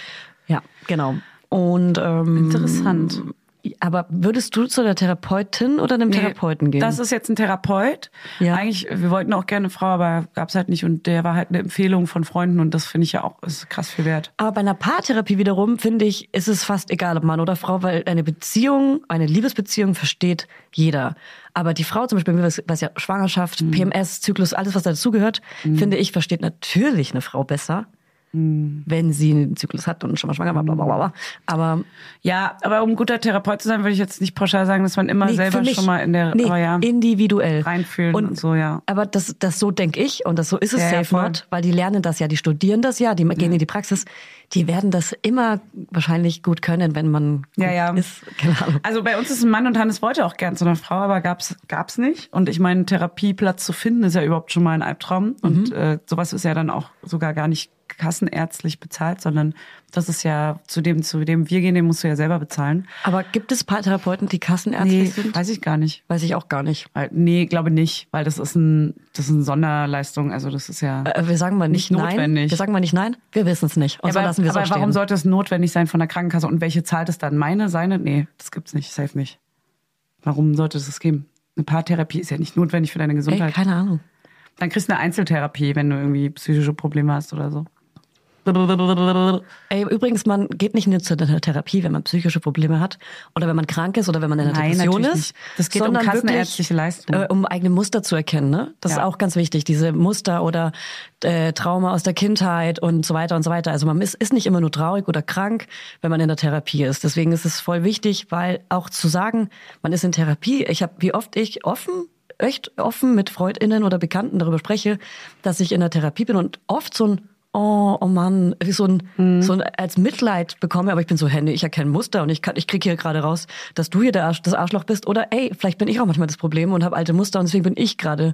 S2: ja.
S1: genau. Und ähm,
S2: Interessant.
S1: Aber würdest du zu einer Therapeutin oder einem Therapeuten gehen?
S2: Das ist jetzt ein Therapeut.
S1: Ja.
S2: Ja. Eigentlich, wir wollten auch gerne eine Frau, aber gab's halt nicht. Und der war halt eine Empfehlung von Freunden und das finde ich ja auch ist krass viel wert.
S1: aber bei einer Paartherapie wiederum, finde ich, ist es fast egal, ob Mann oder Frau, weil eine Beziehung, eine Liebesbeziehung versteht jeder. Aber die Frau zum Beispiel, was, was ja Schwangerschaft, PMS, Zyklus, alles, was dazugehört, finde ich, versteht natürlich eine Frau besser. wenn sie einen Zyklus hat und schon mal schwanger war, bla bla bla. bla. Aber
S2: Ja, aber um ein guter Therapeut zu sein, würde ich jetzt nicht pauschal sagen, dass man immer
S1: nee,
S2: selber
S1: für mich,
S2: schon mal in der
S1: nee,
S2: oh ja,
S1: individuell
S2: reinfühlen und, so, ja.
S1: Aber das, das so denke ich und das so ist es
S2: Ja, ja,
S1: ja,
S2: voll.
S1: not, weil die lernen das ja, die studieren das ja, die gehen in die Praxis, die werden das immer wahrscheinlich gut können, wenn man
S2: Ja,
S1: gut
S2: ja.
S1: ist. Keine Ahnung.
S2: Also bei uns ist ein Mann und Hannes wollte auch gern zu einer Frau, aber gab's gab's nicht. Und ich meine, Therapieplatz zu finden ist ja überhaupt schon mal ein Albtraum. Und
S1: Mhm.
S2: äh, sowas ist ja dann auch sogar gar nicht kassenärztlich bezahlt, sondern das ist ja zu dem, zu dem wir gehen, den musst du ja selber bezahlen.
S1: Aber gibt es Paartherapeuten, die kassenärztlich
S2: Nee,
S1: sind?
S2: weiß ich gar nicht.
S1: Weiß ich auch gar nicht.
S2: Weil, nee, glaube nicht, weil das ist ein, das ist eine Sonderleistung. Also das ist ja.
S1: Äh, wir sagen mal nicht,
S2: Nicht
S1: nein.
S2: notwendig.
S1: Wir sagen mal nicht nein. Wir wissen es nicht. Und so
S2: aber
S1: lassen wir es
S2: aber
S1: auch
S2: warum
S1: stehen.
S2: sollte es notwendig sein von der Krankenkasse und welche zahlt es dann? Meine, seine? Nee, das gibt's nicht, safe nicht. Warum sollte es das geben? Eine Paartherapie ist ja nicht notwendig für deine
S1: Ey,
S2: Gesundheit.
S1: keine Ahnung.
S2: dann kriegst du eine Einzeltherapie, wenn du irgendwie psychische Probleme hast oder so.
S1: Ey, übrigens, man geht nicht nur zu der Therapie, wenn man psychische Probleme hat oder wenn man krank ist oder wenn man in einer
S2: Nein,
S1: Depression
S2: natürlich
S1: ist.
S2: nicht. Das geht um
S1: sondern
S2: kassenärztliche
S1: wirklich,
S2: Leistung.
S1: Äh, um eigene Muster zu erkennen. Ne? Das ist
S2: Ja.
S1: auch ganz wichtig, diese Muster oder äh, Trauma aus der Kindheit und so weiter und so weiter. Also man ist, ist nicht immer nur traurig oder krank, wenn man in der Therapie ist. Deswegen ist es voll wichtig, weil auch zu sagen, man ist in Therapie. Ich habe, wie oft ich offen echt offen mit Freundinnen oder Bekannten darüber spreche, dass ich in der Therapie bin und oft so ein oh, oh Mann, wie so ein, so ein als Mitleid bekomme, aber ich bin so, hä, nee, ich erkenne Muster und ich, kann, ich kriege hier gerade raus, dass du hier der Arsch, das Arschloch bist oder ey, vielleicht bin ich auch manchmal das Problem und habe alte Muster und deswegen bin ich gerade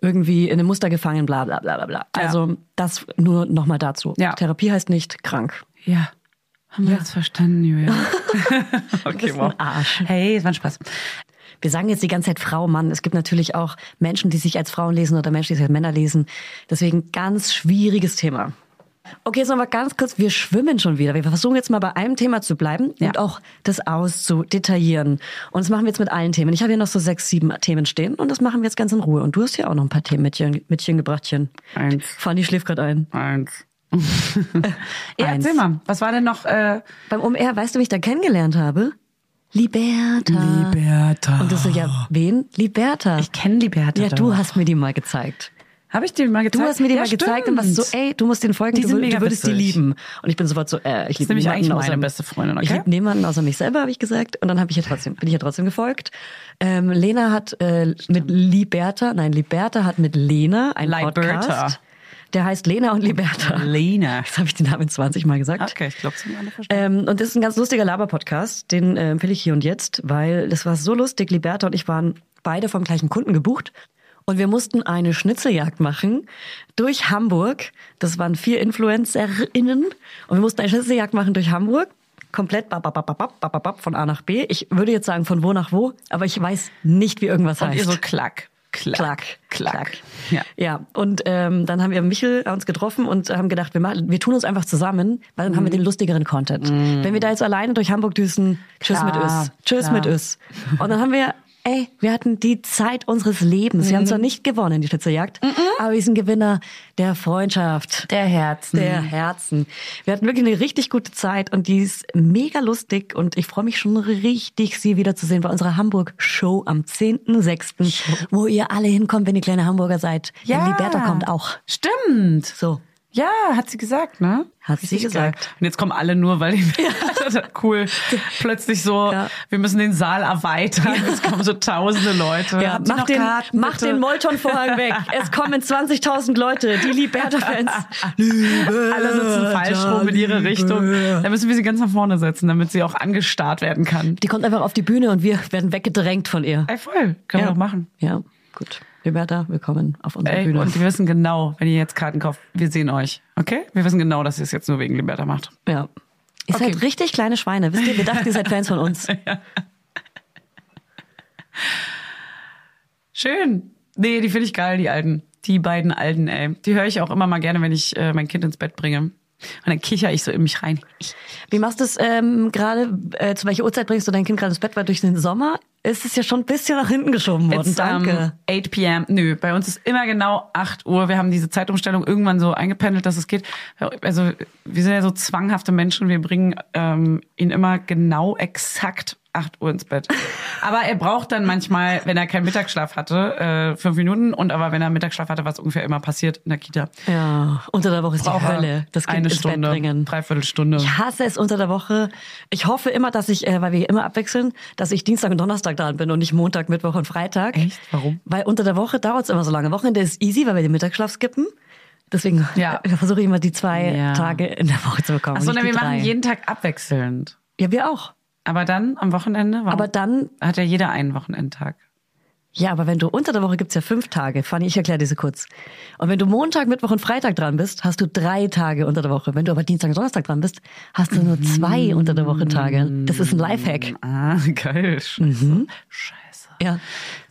S1: irgendwie in einem Muster gefangen, bla bla bla bla bla. Also das nur nochmal dazu.
S2: Ja.
S1: Therapie heißt nicht krank.
S2: Ja. Haben wir jetzt verstanden, Julia? okay,
S1: bist ein Arsch.
S2: Hey, es war ein Spaß.
S1: Wir sagen jetzt die ganze Zeit Frau, Mann. Es gibt natürlich auch Menschen, die sich als Frauen lesen oder Menschen, die sich als Männer lesen. Deswegen ganz schwieriges Thema. Okay, jetzt nochmal ganz kurz. Wir schwimmen schon wieder. Wir versuchen jetzt mal bei einem Thema zu bleiben und auch das auszudetaillieren. Und das machen wir jetzt mit allen Themen. Ich habe hier noch so sechs, sieben Themen stehen und das machen wir jetzt ganz in Ruhe. Und du hast hier auch noch ein paar Themen mitchen, mitchen gebrachtchen.
S2: Eins.
S1: Fanny schläft gerade ein.
S2: Eins. ja,
S1: Eins.
S2: erzähl mal, was war denn noch? Äh,
S1: Beim OMR, weißt du, wie ich da kennengelernt habe? Liberta.
S2: Liberta.
S1: Und das so, ja, wen? Liberta.
S2: ich kenne Liberta.
S1: Ja, du
S2: doch.
S1: hast mir die mal gezeigt.
S2: Habe ich dir mal
S1: Du
S2: gezeigt?
S1: hast mir die
S2: ja,
S1: mal gezeigt und
S2: stimmt.
S1: warst so, ey, du musst den folgen,
S2: Die
S1: du,
S2: sind
S1: wür-
S2: mega
S1: du würdest die
S2: witzig.
S1: lieben. Und ich bin sofort so, äh, ich liebe
S2: nämlich
S1: niemanden
S2: eigentlich
S1: außer
S2: meine beste Freundin,
S1: Ich
S2: okay?
S1: liebe niemanden außer mich selber, habe ich gesagt. Und dann habe ich ja trotzdem, bin ich ja trotzdem gefolgt. Ähm, Lena hat äh, mit Liberta, nein, Liberta hat mit Lena einen
S2: Liberta.
S1: Podcast. Der heißt Lena und Liberta.
S2: Lena.
S1: Jetzt habe ich den Namen 20 Mal gesagt.
S2: Okay, ich glaube, sie haben alle verstanden.
S1: Ähm, und das ist ein ganz lustiger Laber-Podcast, den äh, empfehle ich hier und jetzt, weil das war so lustig. Liberta und ich waren beide vom gleichen Kunden gebucht. Und wir mussten eine Schnitzeljagd machen durch Hamburg. Das waren vier InfluencerInnen. Und wir mussten eine Schnitzeljagd machen durch Hamburg. Komplett bap, bap, bap, bap, bap, bap, bap, von A nach B. Ich würde jetzt sagen von wo nach wo, aber ich weiß nicht, wie irgendwas
S2: und
S1: heißt.
S2: ihr so klack, klack,
S1: Klack, klack.
S2: Ja.
S1: ja, und ähm, dann haben wir Michel uns getroffen und haben gedacht, wir, machen, wir tun uns einfach zusammen, weil dann haben wir
S2: Mhm.
S1: den lustigeren Content. Wenn wir da jetzt alleine durch Hamburg düsen, tschüss
S2: Klar,
S1: mit Ös, tschüss
S2: klar.
S1: mit Ös. Und dann haben wir, ey, wir hatten die Zeit unseres Lebens.
S2: Mhm.
S1: Wir haben zwar nicht gewonnen, die Schnitzeljagd, aber wir sind Gewinner der Freundschaft.
S2: Der Herzen.
S1: Der Herzen. Wir hatten wirklich eine richtig gute Zeit und die ist mega lustig und ich freue mich schon richtig, sie wiederzusehen bei unserer Hamburg-Show am 10.06., wo ihr alle hinkommt, wenn ihr kleine Hamburger seid. Denn Liberta kommt auch.
S2: Stimmt.
S1: So.
S2: Ja, hat sie gesagt, ne?
S1: Hat sie gesagt.
S2: Und jetzt kommen alle nur, weil die cool. Plötzlich so,
S1: Ja.
S2: wir müssen den Saal erweitern. Es kommen so tausende Leute.
S1: Ja,
S2: Habt ihr
S1: mach
S2: noch
S1: den,
S2: Karten,
S1: mach
S2: bitte?
S1: den Molton-Vorhang weg. Es kommen 20.000 Leute, die Liberta-Fans.
S2: alle sitzen falsch rum in ihre Richtung. Da müssen wir sie ganz nach vorne setzen, damit sie auch angestarrt werden kann.
S1: Die kommt einfach auf die Bühne und wir werden weggedrängt von ihr.
S2: Ey, voll. Können wir doch machen.
S1: Ja, gut. Liberta, willkommen auf unserer
S2: Ey,
S1: Bühne.
S2: und wir wissen genau, wenn ihr jetzt Karten kauft, wir sehen euch. Okay? Wir wissen genau, dass ihr es jetzt nur wegen Liberta macht.
S1: Ja. Ihr
S2: Okay.
S1: seid richtig kleine Schweine. Wisst ihr, wir dachten, ihr seid Fans von uns.
S2: Schön. Nee, die finde ich geil, die alten. Die beiden alten, ey. Die höre ich auch immer mal gerne, wenn ich äh, mein Kind ins Bett bringe. Und dann kicher ich so in mich rein.
S1: Wie machst du es ähm, gerade? Äh, zu welcher Uhrzeit bringst du dein Kind gerade ins Bett? Weil durch den Sommer ist es ja schon ein bisschen nach hinten geschoben worden.
S2: It's, ähm,
S1: Danke.
S2: 8 p.m. Nö, bei uns ist immer genau 8 Uhr. Wir haben diese Zeitumstellung irgendwann so eingependelt, dass es geht. Also wir sind ja so zwanghafte Menschen. Wir bringen ähm, ihn immer genau exakt 8 Uhr ins Bett. Aber er braucht dann manchmal, wenn er keinen Mittagsschlaf hatte, äh, fünf Minuten. Und aber wenn er Mittagsschlaf hatte, was ungefähr immer passiert in der Kita,
S1: Ja, unter der Woche ist die
S2: braucht er
S1: Hölle. Das Kind
S2: eine
S1: ins
S2: Stunde,
S1: Bett bringen.
S2: dreiviertel Stunde.
S1: Ich hasse es unter der Woche. Ich hoffe immer, dass ich, äh, weil wir immer abwechseln, dass ich Dienstag und Donnerstag dran bin und nicht Montag, Mittwoch und Freitag.
S2: Echt? Warum?
S1: Weil unter der Woche dauert es immer so lange. Wochenende ist easy, weil wir den Mittagsschlaf skippen. Deswegen
S2: Ja.
S1: äh, versuche ich immer die zwei
S2: Ja.
S1: Tage in der Woche zu bekommen.
S2: Achso,
S1: nicht
S2: ne,
S1: die
S2: wir
S1: drei.
S2: machen jeden Tag abwechselnd.
S1: Ja, wir auch.
S2: Aber dann am Wochenende warum?
S1: Aber dann,
S2: hat ja jeder einen Wochenendtag.
S1: ja, aber wenn du unter der Woche gibt's ja fünf Tage. Fanny, ich erkläre diese kurz. Und wenn du Montag, Mittwoch und Freitag dran bist, hast du drei Tage unter der Woche. Wenn du aber Dienstag und Donnerstag dran bist, hast du
S2: Mhm.
S1: nur zwei unter der Woche Tage. Das ist ein Lifehack.
S2: Ah, geil. Scheiße. Scheiße.
S1: Ja.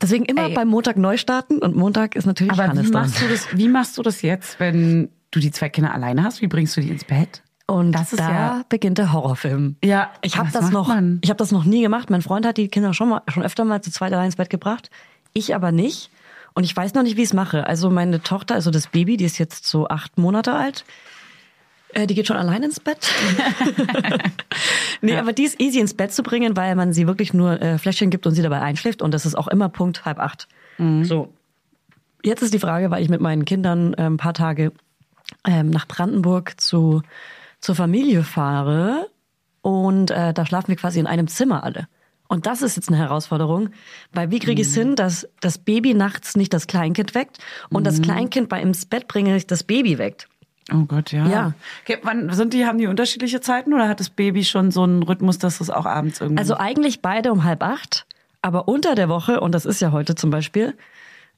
S1: Deswegen immer
S2: Ey.
S1: beim Montag neu starten und Montag ist natürlich
S2: Aber
S1: Hannes
S2: wie
S1: dran.
S2: machst, du das, wie machst du das jetzt, wenn du die zwei Kinder alleine hast? Wie bringst du die ins Bett?
S1: Und
S2: das ist
S1: da
S2: ja-
S1: beginnt der Horrorfilm.
S2: Ja,
S1: ich habe
S2: was
S1: das
S2: macht
S1: noch,
S2: man?
S1: ich habe das noch nie gemacht. Mein Freund hat die Kinder schon mal, schon öfter mal zu zweit allein ins Bett gebracht, ich aber nicht. Und ich weiß noch nicht, wie ich es mache. Also meine Tochter, also das Baby, die ist jetzt so acht Monate alt. Äh, die geht schon allein ins Bett. nee, aber die ist easy ins Bett zu bringen, weil man sie wirklich nur äh, Fläschchen gibt und sie dabei einschläft. Und das ist auch immer Punkt halb acht. So. Jetzt ist die Frage, weil ich mit meinen Kindern äh, ein paar Tage ähm, nach Brandenburg zu, zur Familie fahre und äh, da schlafen wir quasi in einem Zimmer alle. Und das ist jetzt eine Herausforderung, weil wie kriege ich es hin, dass das Baby nachts nicht das Kleinkind weckt und das Kleinkind bei ins Bett bringe ich das Baby weckt.
S2: Oh Gott, ja.
S1: Ja.
S2: Okay, wann sind die, haben die unterschiedliche Zeiten oder hat das Baby schon so einen Rhythmus, dass es auch abends irgendwie.
S1: Also eigentlich beide um halb acht, aber unter der Woche, und das ist ja heute zum Beispiel,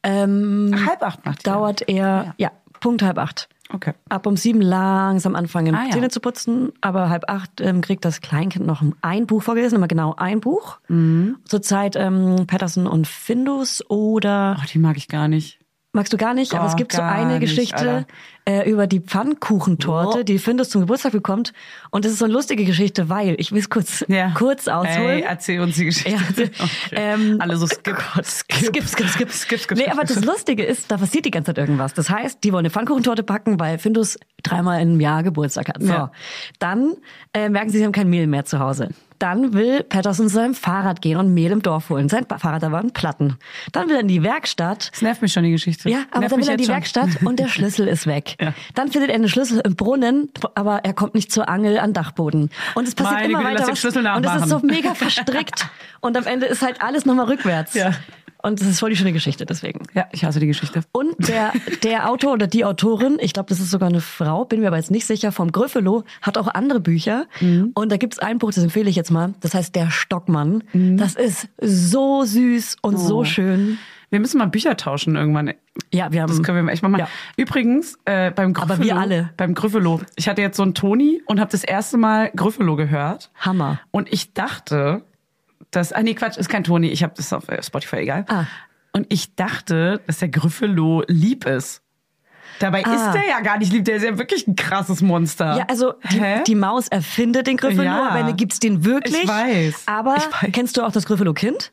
S1: ähm,
S2: halb acht macht die
S1: dauert er, ja, Punkt halb acht.
S2: dann. Okay.
S1: Ab um sieben langsam anfangen,
S2: Ah, ja.
S1: Zähne zu putzen. Aber halb acht ähm, kriegt das Kleinkind noch ein Buch vorgelesen, immer genau ein Buch.
S2: Mhm.
S1: Zurzeit ähm, Patterson und Findus oder
S2: Ach, die mag ich gar nicht.
S1: magst du gar nicht, aber
S2: Oh,
S1: es gibt so
S2: gar
S1: eine
S2: nicht,
S1: Geschichte
S2: Alter.
S1: äh, über die Pfannkuchentorte,
S2: Oh.
S1: die Findus zum Geburtstag bekommt. Und das ist so eine lustige Geschichte, weil ich will es kurz, kurz
S2: Hey,
S1: ausholen.
S2: erzähl uns die Geschichte.
S1: Ja,
S2: Okay.
S1: ähm,
S2: Alle so skip,
S1: Skip, skip, skip,
S2: skip, skip.
S1: Nee, aber das Lustige ist, da passiert die ganze Zeit irgendwas. Das heißt, die wollen eine Pfannkuchentorte backen, weil Findus dreimal im Jahr Geburtstag hat. So.
S2: Ja.
S1: Dann äh, merken sie, sie haben kein Mehl mehr zu Hause. Dann will Patterson zu seinem Fahrrad gehen und Mehl im Dorf holen. Sein Fahrrad, da waren Platten. Dann will er in die Werkstatt.
S2: Das nervt mich schon, die Geschichte.
S1: Ja, aber
S2: nervt
S1: dann
S2: mich
S1: will er in
S2: jetzt
S1: die
S2: schon.
S1: Werkstatt und der Schlüssel ist weg.
S2: Ja.
S1: Dann findet er den Schlüssel im Brunnen, aber er kommt nicht zur Angel an Dachboden. Und es passiert
S2: Meine
S1: immer
S2: Güte,
S1: weiter
S2: lass den
S1: was.
S2: Schlüssel
S1: und es ist
S2: nachmachen.
S1: so mega verstrickt. und am Ende ist halt alles nochmal rückwärts.
S2: Ja.
S1: Und das ist voll die schöne Geschichte, deswegen.
S2: Ja, ich hasse die Geschichte.
S1: Und der, der Autor oder die Autorin, ich glaube, das ist sogar eine Frau, bin mir aber jetzt nicht sicher, vom Griffelo, hat auch andere Bücher.
S2: Mhm.
S1: Und da gibt's ein Buch, das empfehle ich jetzt mal, das heißt Der Stockmann.
S2: Mhm.
S1: Das ist so süß und so
S2: Oh.
S1: schön.
S2: Wir müssen mal Bücher tauschen irgendwann.
S1: Ja, wir haben.
S2: Das können wir echt mal machen.
S1: Ja.
S2: Übrigens, äh, beim Griffelo.
S1: Aber wir alle.
S2: Beim Griffelo. Ich hatte jetzt so einen Toni und habe das erste Mal Griffelo gehört.
S1: Hammer.
S2: Und ich dachte, dass. Ah, nee, Quatsch, ist kein Toni. Ich habe das auf äh, Spotify, egal.
S1: Ah.
S2: Und ich dachte, dass der Griffelo lieb ist. Dabei
S1: Ah.
S2: ist der ja gar nicht lieb. Der ist ja wirklich ein krasses Monster.
S1: Ja, also die,
S2: Hä?
S1: die Maus erfindet den Griffelo,
S2: Ja.
S1: aber gibt's den wirklich.
S2: Ich weiß.
S1: Aber
S2: Ich weiß.
S1: kennst du auch das Griffelo-Kind?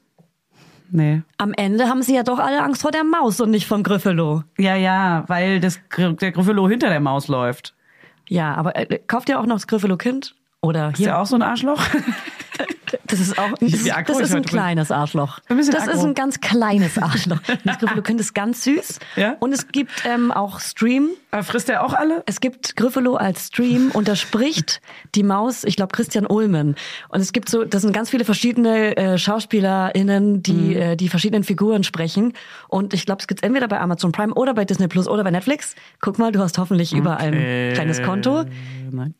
S2: nee.
S1: Am Ende haben sie ja doch alle Angst vor der Maus und nicht vom Griffelo.
S2: Ja, ja, weil das, Gr- der Griffelo hinter der Maus läuft.
S1: Ja, aber äh, kauft ihr auch noch das Griffelo-Kind? Oder
S2: Ist
S1: hier
S2: der auch so ein Arschloch?
S1: Das ist auch das ist,
S2: wie aggro
S1: das
S2: ich
S1: ist ein
S2: heute bin.
S1: kleines Arschloch.
S2: Bin ein
S1: Das
S2: bisschen
S1: ist
S2: aggro.
S1: ein ganz kleines Arschloch. Das Griffelo-Kind ist ganz süß.
S2: Ja?
S1: Und es gibt ähm, auch Stream.
S2: Aber frisst der auch alle?
S1: Es gibt Griffelo als Stream und da spricht die Maus, ich glaube Christian Ulmen. Und es gibt so, das sind ganz viele verschiedene äh, SchauspielerInnen, die äh, die verschiedenen Figuren sprechen. Und ich glaube, es gibt's entweder bei Amazon Prime oder bei Disney Plus oder bei Netflix. Guck mal, du hast hoffentlich überall ein kleines Konto.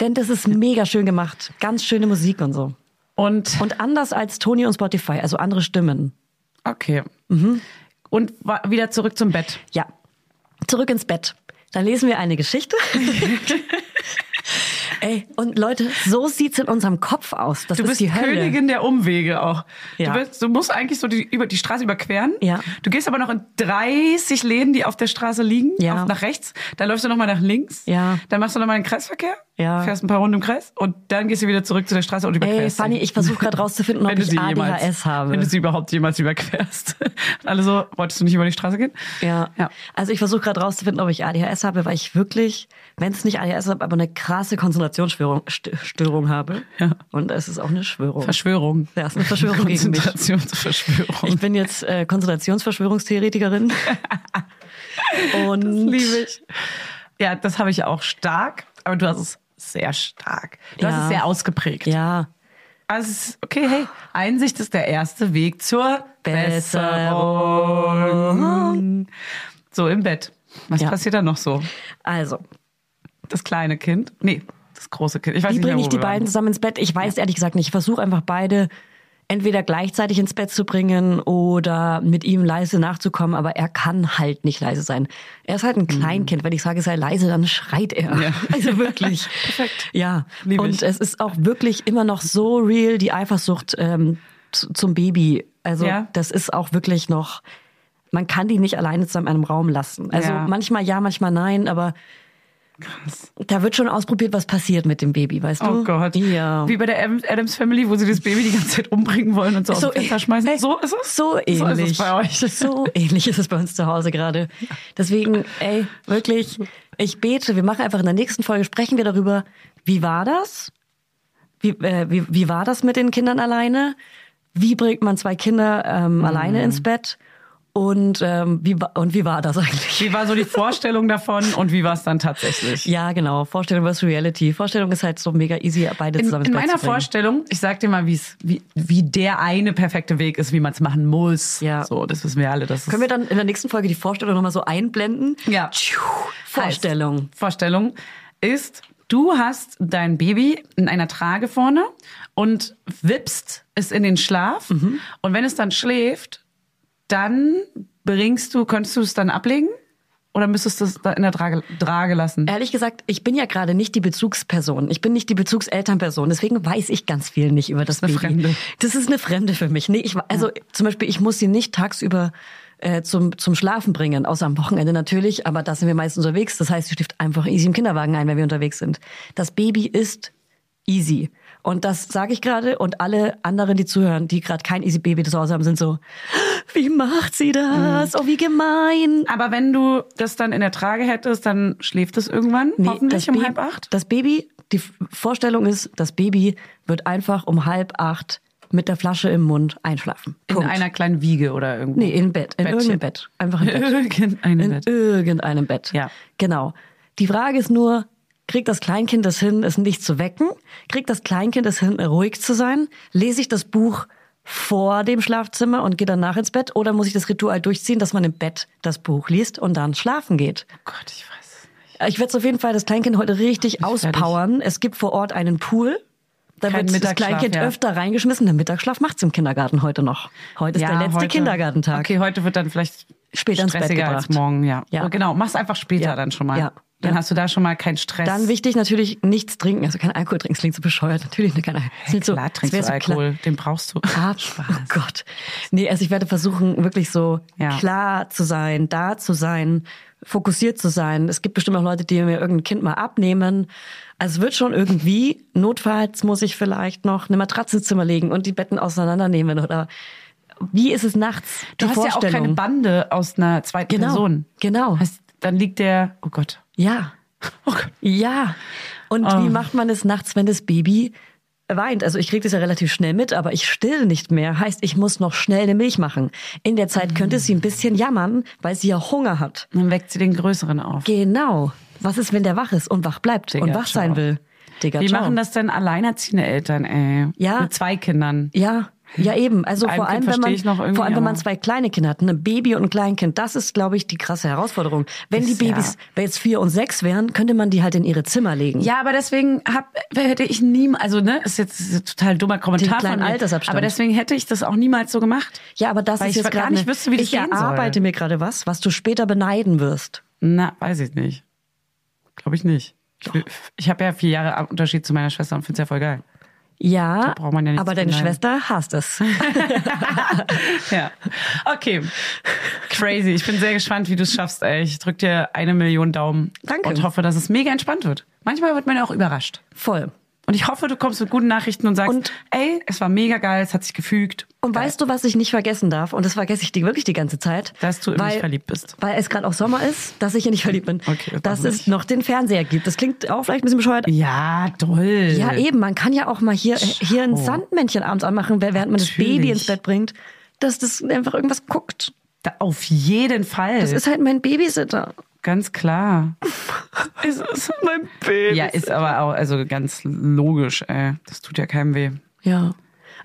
S1: Denn das ist mega schön gemacht. Ganz schöne Musik und so.
S2: Und
S1: Und anders als Tony und Spotify, also andere Stimmen.
S2: Okay.
S1: Mhm.
S2: Und wa- wieder zurück zum Bett.
S1: Ja. Zurück ins Bett. Dann lesen wir eine Geschichte. Ey, und Leute, so sieht's in unserem Kopf aus. Das
S2: Du
S1: ist
S2: bist
S1: die Hölle.
S2: Königin der Umwege auch.
S1: Ja.
S2: Du, bist, du musst eigentlich so die, über, die Straße überqueren.
S1: Ja.
S2: Du gehst aber noch in 30 Läden, die auf der Straße liegen,
S1: Ja.
S2: auf, nach rechts. Dann läufst du nochmal nach links.
S1: Ja.
S2: Dann machst du nochmal einen Kreisverkehr.
S1: Ja.
S2: fährst ein paar Runden im Kreis und dann gehst du wieder zurück zu der Straße und
S1: Ey,
S2: überquerst. sie.
S1: Fanny, ich versuche gerade rauszufinden, ob
S2: Wenn du
S1: ich
S2: sie
S1: ADHS
S2: jemals,
S1: habe.
S2: Wenn du sie überhaupt jemals überquerst. Und alle so, wolltest du nicht über die Straße gehen?
S1: Ja.
S2: Ja.
S1: Also ich versuche gerade rauszufinden, ob ich ADHS habe, weil ich wirklich, wenn es nicht ADHS habe, aber eine krasse Konzentrationsstörung St- Störung habe.
S2: Ja.
S1: Und es ist auch eine Schwörung.
S2: Verschwörung.
S1: Ja, ist eine Verschwörung gegen mich.
S2: Konzentrationsverschwörung.
S1: ich bin jetzt äh, Konzentrationsverschwörungstheoretikerin. Und das
S2: liebe ich. Ja, das habe ich auch stark, aber du hast es sehr stark. Du
S1: Ja.
S2: hast es sehr ausgeprägt.
S1: ja,
S2: Also es ist, okay, hey, Einsicht ist der erste Weg zur Besserung. So im Bett. Was
S1: Ja.
S2: passiert da noch so?
S1: also,
S2: Das kleine Kind? Nee, das große Kind. Ich weiß
S1: wie
S2: nicht mehr,
S1: bringe ich
S2: wo
S1: die
S2: wir waren.
S1: beiden zusammen ins Bett? Ich weiß ehrlich gesagt nicht. Ich versuche einfach beide entweder gleichzeitig ins Bett zu bringen oder mit ihm leise nachzukommen, aber er kann halt nicht leise sein. Er ist halt ein Kleinkind. Wenn ich sage, sei leise, dann schreit er.
S2: Mhm. Ja.
S1: Also wirklich. Perfekt. Ja.
S2: Lieb
S1: Und
S2: ich.
S1: es ist auch wirklich immer noch so real, die Eifersucht ähm, zu- zum Baby. Also
S2: Ja.
S1: das ist auch wirklich noch, man kann die nicht alleine zusammen in einem Raum lassen. Also
S2: Ja.
S1: manchmal ja, manchmal nein, aber da wird schon ausprobiert, was passiert mit dem Baby, weißt du?
S2: Oh Gott.
S1: Ja.
S2: Wie bei der Adams- Adams Family, wo sie das Baby die ganze Zeit umbringen wollen und so, aus
S1: So
S2: dem Fenster schmeißen.
S1: ey,
S2: so ist es.
S1: so ähnlich.
S2: So ist es bei euch.
S1: So ähnlich ist es bei uns zu Hause gerade. Deswegen, ey, wirklich, ich bete, wir machen einfach in der nächsten Folge, sprechen wir darüber, wie war das? Wie, äh, wie, wie war das mit den Kindern alleine? Wie bringt man zwei Kinder ähm,
S2: Mhm.
S1: alleine ins Bett? Und, ähm, wie, wa- und wie war das eigentlich?
S2: Wie war so die Vorstellung davon und wie war es dann tatsächlich?
S1: Ja, genau. Vorstellung versus Reality. Vorstellung ist halt so mega easy, beide
S2: In,
S1: zusammen
S2: in
S1: ins Bett
S2: meiner
S1: zu bringen.
S2: Vorstellung, ich sag dir mal, wie's, wie, wie der eine perfekte Weg ist, wie man es machen muss.
S1: Ja.
S2: So, das wissen wir alle. Das
S1: Können wir
S2: ist,
S1: dann in der nächsten Folge die Vorstellung nochmal so einblenden?
S2: Ja.
S1: Tschiu, Vorstellung.
S2: Heißt, Vorstellung ist, du hast dein Baby in einer Trage vorne und wippst es in den Schlaf.
S1: Mhm.
S2: Und wenn es dann schläft, dann bringst du, könntest du es dann ablegen? Oder müsstest du es da in der Trage, Trage lassen?
S1: Ehrlich gesagt, ich bin ja gerade nicht die Bezugsperson. Ich bin nicht die Bezugselternperson. Deswegen weiß ich ganz viel nicht über das,
S2: Das ist
S1: Baby.
S2: eine Fremde.
S1: Das ist eine Fremde für mich. Nee, ich, wa- also zum Beispiel, ich muss sie nicht tagsüber äh, zum, zum Schlafen bringen, außer am Wochenende natürlich, aber da sind wir meistens unterwegs. Das heißt, sie schläft einfach easy im Kinderwagen ein, wenn wir unterwegs sind. Das Baby ist easy. Und das sage ich gerade und alle anderen, die zuhören, die gerade kein easy Baby zu Hause haben, sind so, wie macht sie
S2: Hm.
S1: das? Oh, wie gemein.
S2: Aber wenn du das dann in der Trage hättest, dann schläft es irgendwann,
S1: Nee,
S2: hoffentlich
S1: das
S2: um
S1: Baby-
S2: halb acht.
S1: Das Baby, die F- Vorstellung ist, das Baby wird einfach um halb acht mit der Flasche im Mund einschlafen. Punkt.
S2: In einer kleinen Wiege oder irgendwo.
S1: nee, in Bett, in
S2: Bettchen.
S1: irgendeinem Bett. Einfach im Bett.
S2: Irgendeinem
S1: in
S2: Bett.
S1: irgendeinem Bett.
S2: Ja.
S1: Genau. Die Frage ist nur, kriegt das Kleinkind es hin, es nicht zu wecken? Kriegt das Kleinkind es hin, ruhig zu sein? Lese ich das Buch vor dem Schlafzimmer und gehe danach ins Bett? Oder muss ich das Ritual durchziehen, dass man im Bett das Buch liest und dann schlafen geht?
S2: Oh Gott, ich weiß es nicht.
S1: Äh, Ich werde auf jeden Fall das Kleinkind heute richtig auspowern. Es gibt vor Ort einen Pool. Da
S2: Kein
S1: wird das
S2: Mittagsschlaf,
S1: Kleinkind
S2: ja.
S1: öfter reingeschmissen. Der Mittagsschlaf macht's im Kindergarten heute noch. Heute ist der letzte
S2: heute-
S1: Kindergartentag.
S2: Okay, heute wird dann vielleicht
S1: Später ins Bett
S2: stressiger als
S1: gebracht.
S2: morgen, ja.
S1: Ja.
S2: Oh, genau, mach's einfach später
S1: Ja.
S2: dann schon mal.
S1: Ja.
S2: Dann
S1: Ja.
S2: hast du da schon mal keinen Stress.
S1: Dann wichtig natürlich nichts trinken, also kein Alkohol trinken, das klingt so bescheuert. Natürlich nicht kein Alkohol. Das
S2: hey,
S1: klingt so-
S2: klar,
S1: das
S2: trinkst
S1: wär
S2: du
S1: so klar-
S2: Alkohol, den brauchst du.
S1: Ah, oh Gott. Nee, also ich werde versuchen, wirklich so
S2: Ja.
S1: klar zu sein, da zu sein, fokussiert zu sein. Es gibt bestimmt auch Leute, die mir irgendein Kind mal abnehmen. Also es wird schon irgendwie, notfalls muss ich vielleicht noch eine Matratze ins Zimmer legen und die Betten auseinandernehmen oder wie ist es nachts?
S2: Du
S1: Die
S2: hast ja auch
S1: Vorstellung.
S2: keine Bande aus einer zweiten
S1: Genau,
S2: Person.
S1: genau.
S2: Heißt, dann liegt der, oh Gott.
S1: Ja.
S2: Oh Gott.
S1: Ja. Und
S2: Oh.
S1: wie macht man es nachts, wenn das Baby weint? Also ich kriege das ja relativ schnell mit, aber ich still nicht mehr. Heißt, ich muss noch schnell eine Milch machen. In der Zeit könnte sie ein bisschen jammern, weil sie ja Hunger hat.
S2: Dann weckt sie den Größeren auf.
S1: Genau. Was ist, wenn der wach ist und wach bleibt
S2: Digga,
S1: und wach sein
S2: ciao.
S1: will? Digga,
S2: Wie
S1: ciao.
S2: machen das denn alleinerziehende Eltern, ey?
S1: Ja.
S2: Mit zwei Kindern.
S1: Ja, ja eben. Also
S2: Einem
S1: vor allem,
S2: Kind
S1: wenn man,
S2: verstehe ich noch irgendwie,
S1: vor allem, wenn man
S2: aber-
S1: zwei kleine Kinder hat, ein Baby und ein Kleinkind, das ist, glaube ich, die krasse Herausforderung. Wenn die
S2: Ist ja-
S1: Babys wenn jetzt vier und sechs wären, könnte man die halt in ihre Zimmer legen.
S2: Ja, aber deswegen hab, hätte ich nie, also ne, ist jetzt ist ein total dummer Kommentar
S1: Den kleinen
S2: von mir,
S1: Altersabstand.
S2: aber deswegen hätte ich das auch niemals so gemacht.
S1: Ja, aber das
S2: Weil
S1: ist
S2: ich
S1: jetzt
S2: gar
S1: gerade
S2: nicht
S1: eine-
S2: wüsste, wie das
S1: Ich
S2: gehen soll.
S1: erarbeite mir gerade was, was du später beneiden wirst.
S2: Na, weiß ich nicht. Glaube ich nicht. Ich, will- ich habe ja vier Jahre Unterschied zu meiner Schwester und finde es ja voll geil.
S1: Ja,
S2: Da braucht man ja nichts
S1: aber
S2: zu
S1: deine
S2: leiden.
S1: Schwester hasst es.
S2: Ja. Okay. Crazy. Ich bin sehr gespannt, wie du es schaffst, ey. Ich drück dir eine Million Daumen.
S1: Danke.
S2: Und hoffe, dass es mega entspannt wird. Manchmal wird man ja auch überrascht.
S1: Voll.
S2: Und ich hoffe, du kommst mit guten Nachrichten und sagst,
S1: Und-
S2: ey, es war mega geil, es hat sich gefügt.
S1: Und weißt du, was ich nicht vergessen darf? Und das vergesse ich die wirklich die ganze Zeit.
S2: Dass du in mich verliebt bist.
S1: Weil es gerade auch Sommer ist, dass ich hier nicht verliebt bin.
S2: Okay,
S1: dass
S2: das machen wir
S1: es
S2: nicht.
S1: noch den Fernseher gibt. Das klingt auch vielleicht ein bisschen bescheuert.
S2: Ja, toll.
S1: Ja, eben. Man kann ja auch mal hier, äh, hier ein Sandmännchen abends anmachen, während man das
S2: Natürlich.
S1: Baby ins Bett bringt, dass das einfach irgendwas guckt.
S2: Da, auf jeden Fall.
S1: Das ist halt mein Babysitter.
S2: ganz klar.
S1: Es ist mein Baby.
S2: Ja, ist aber auch also ganz logisch, ey. Das tut ja keinem weh.
S1: Ja.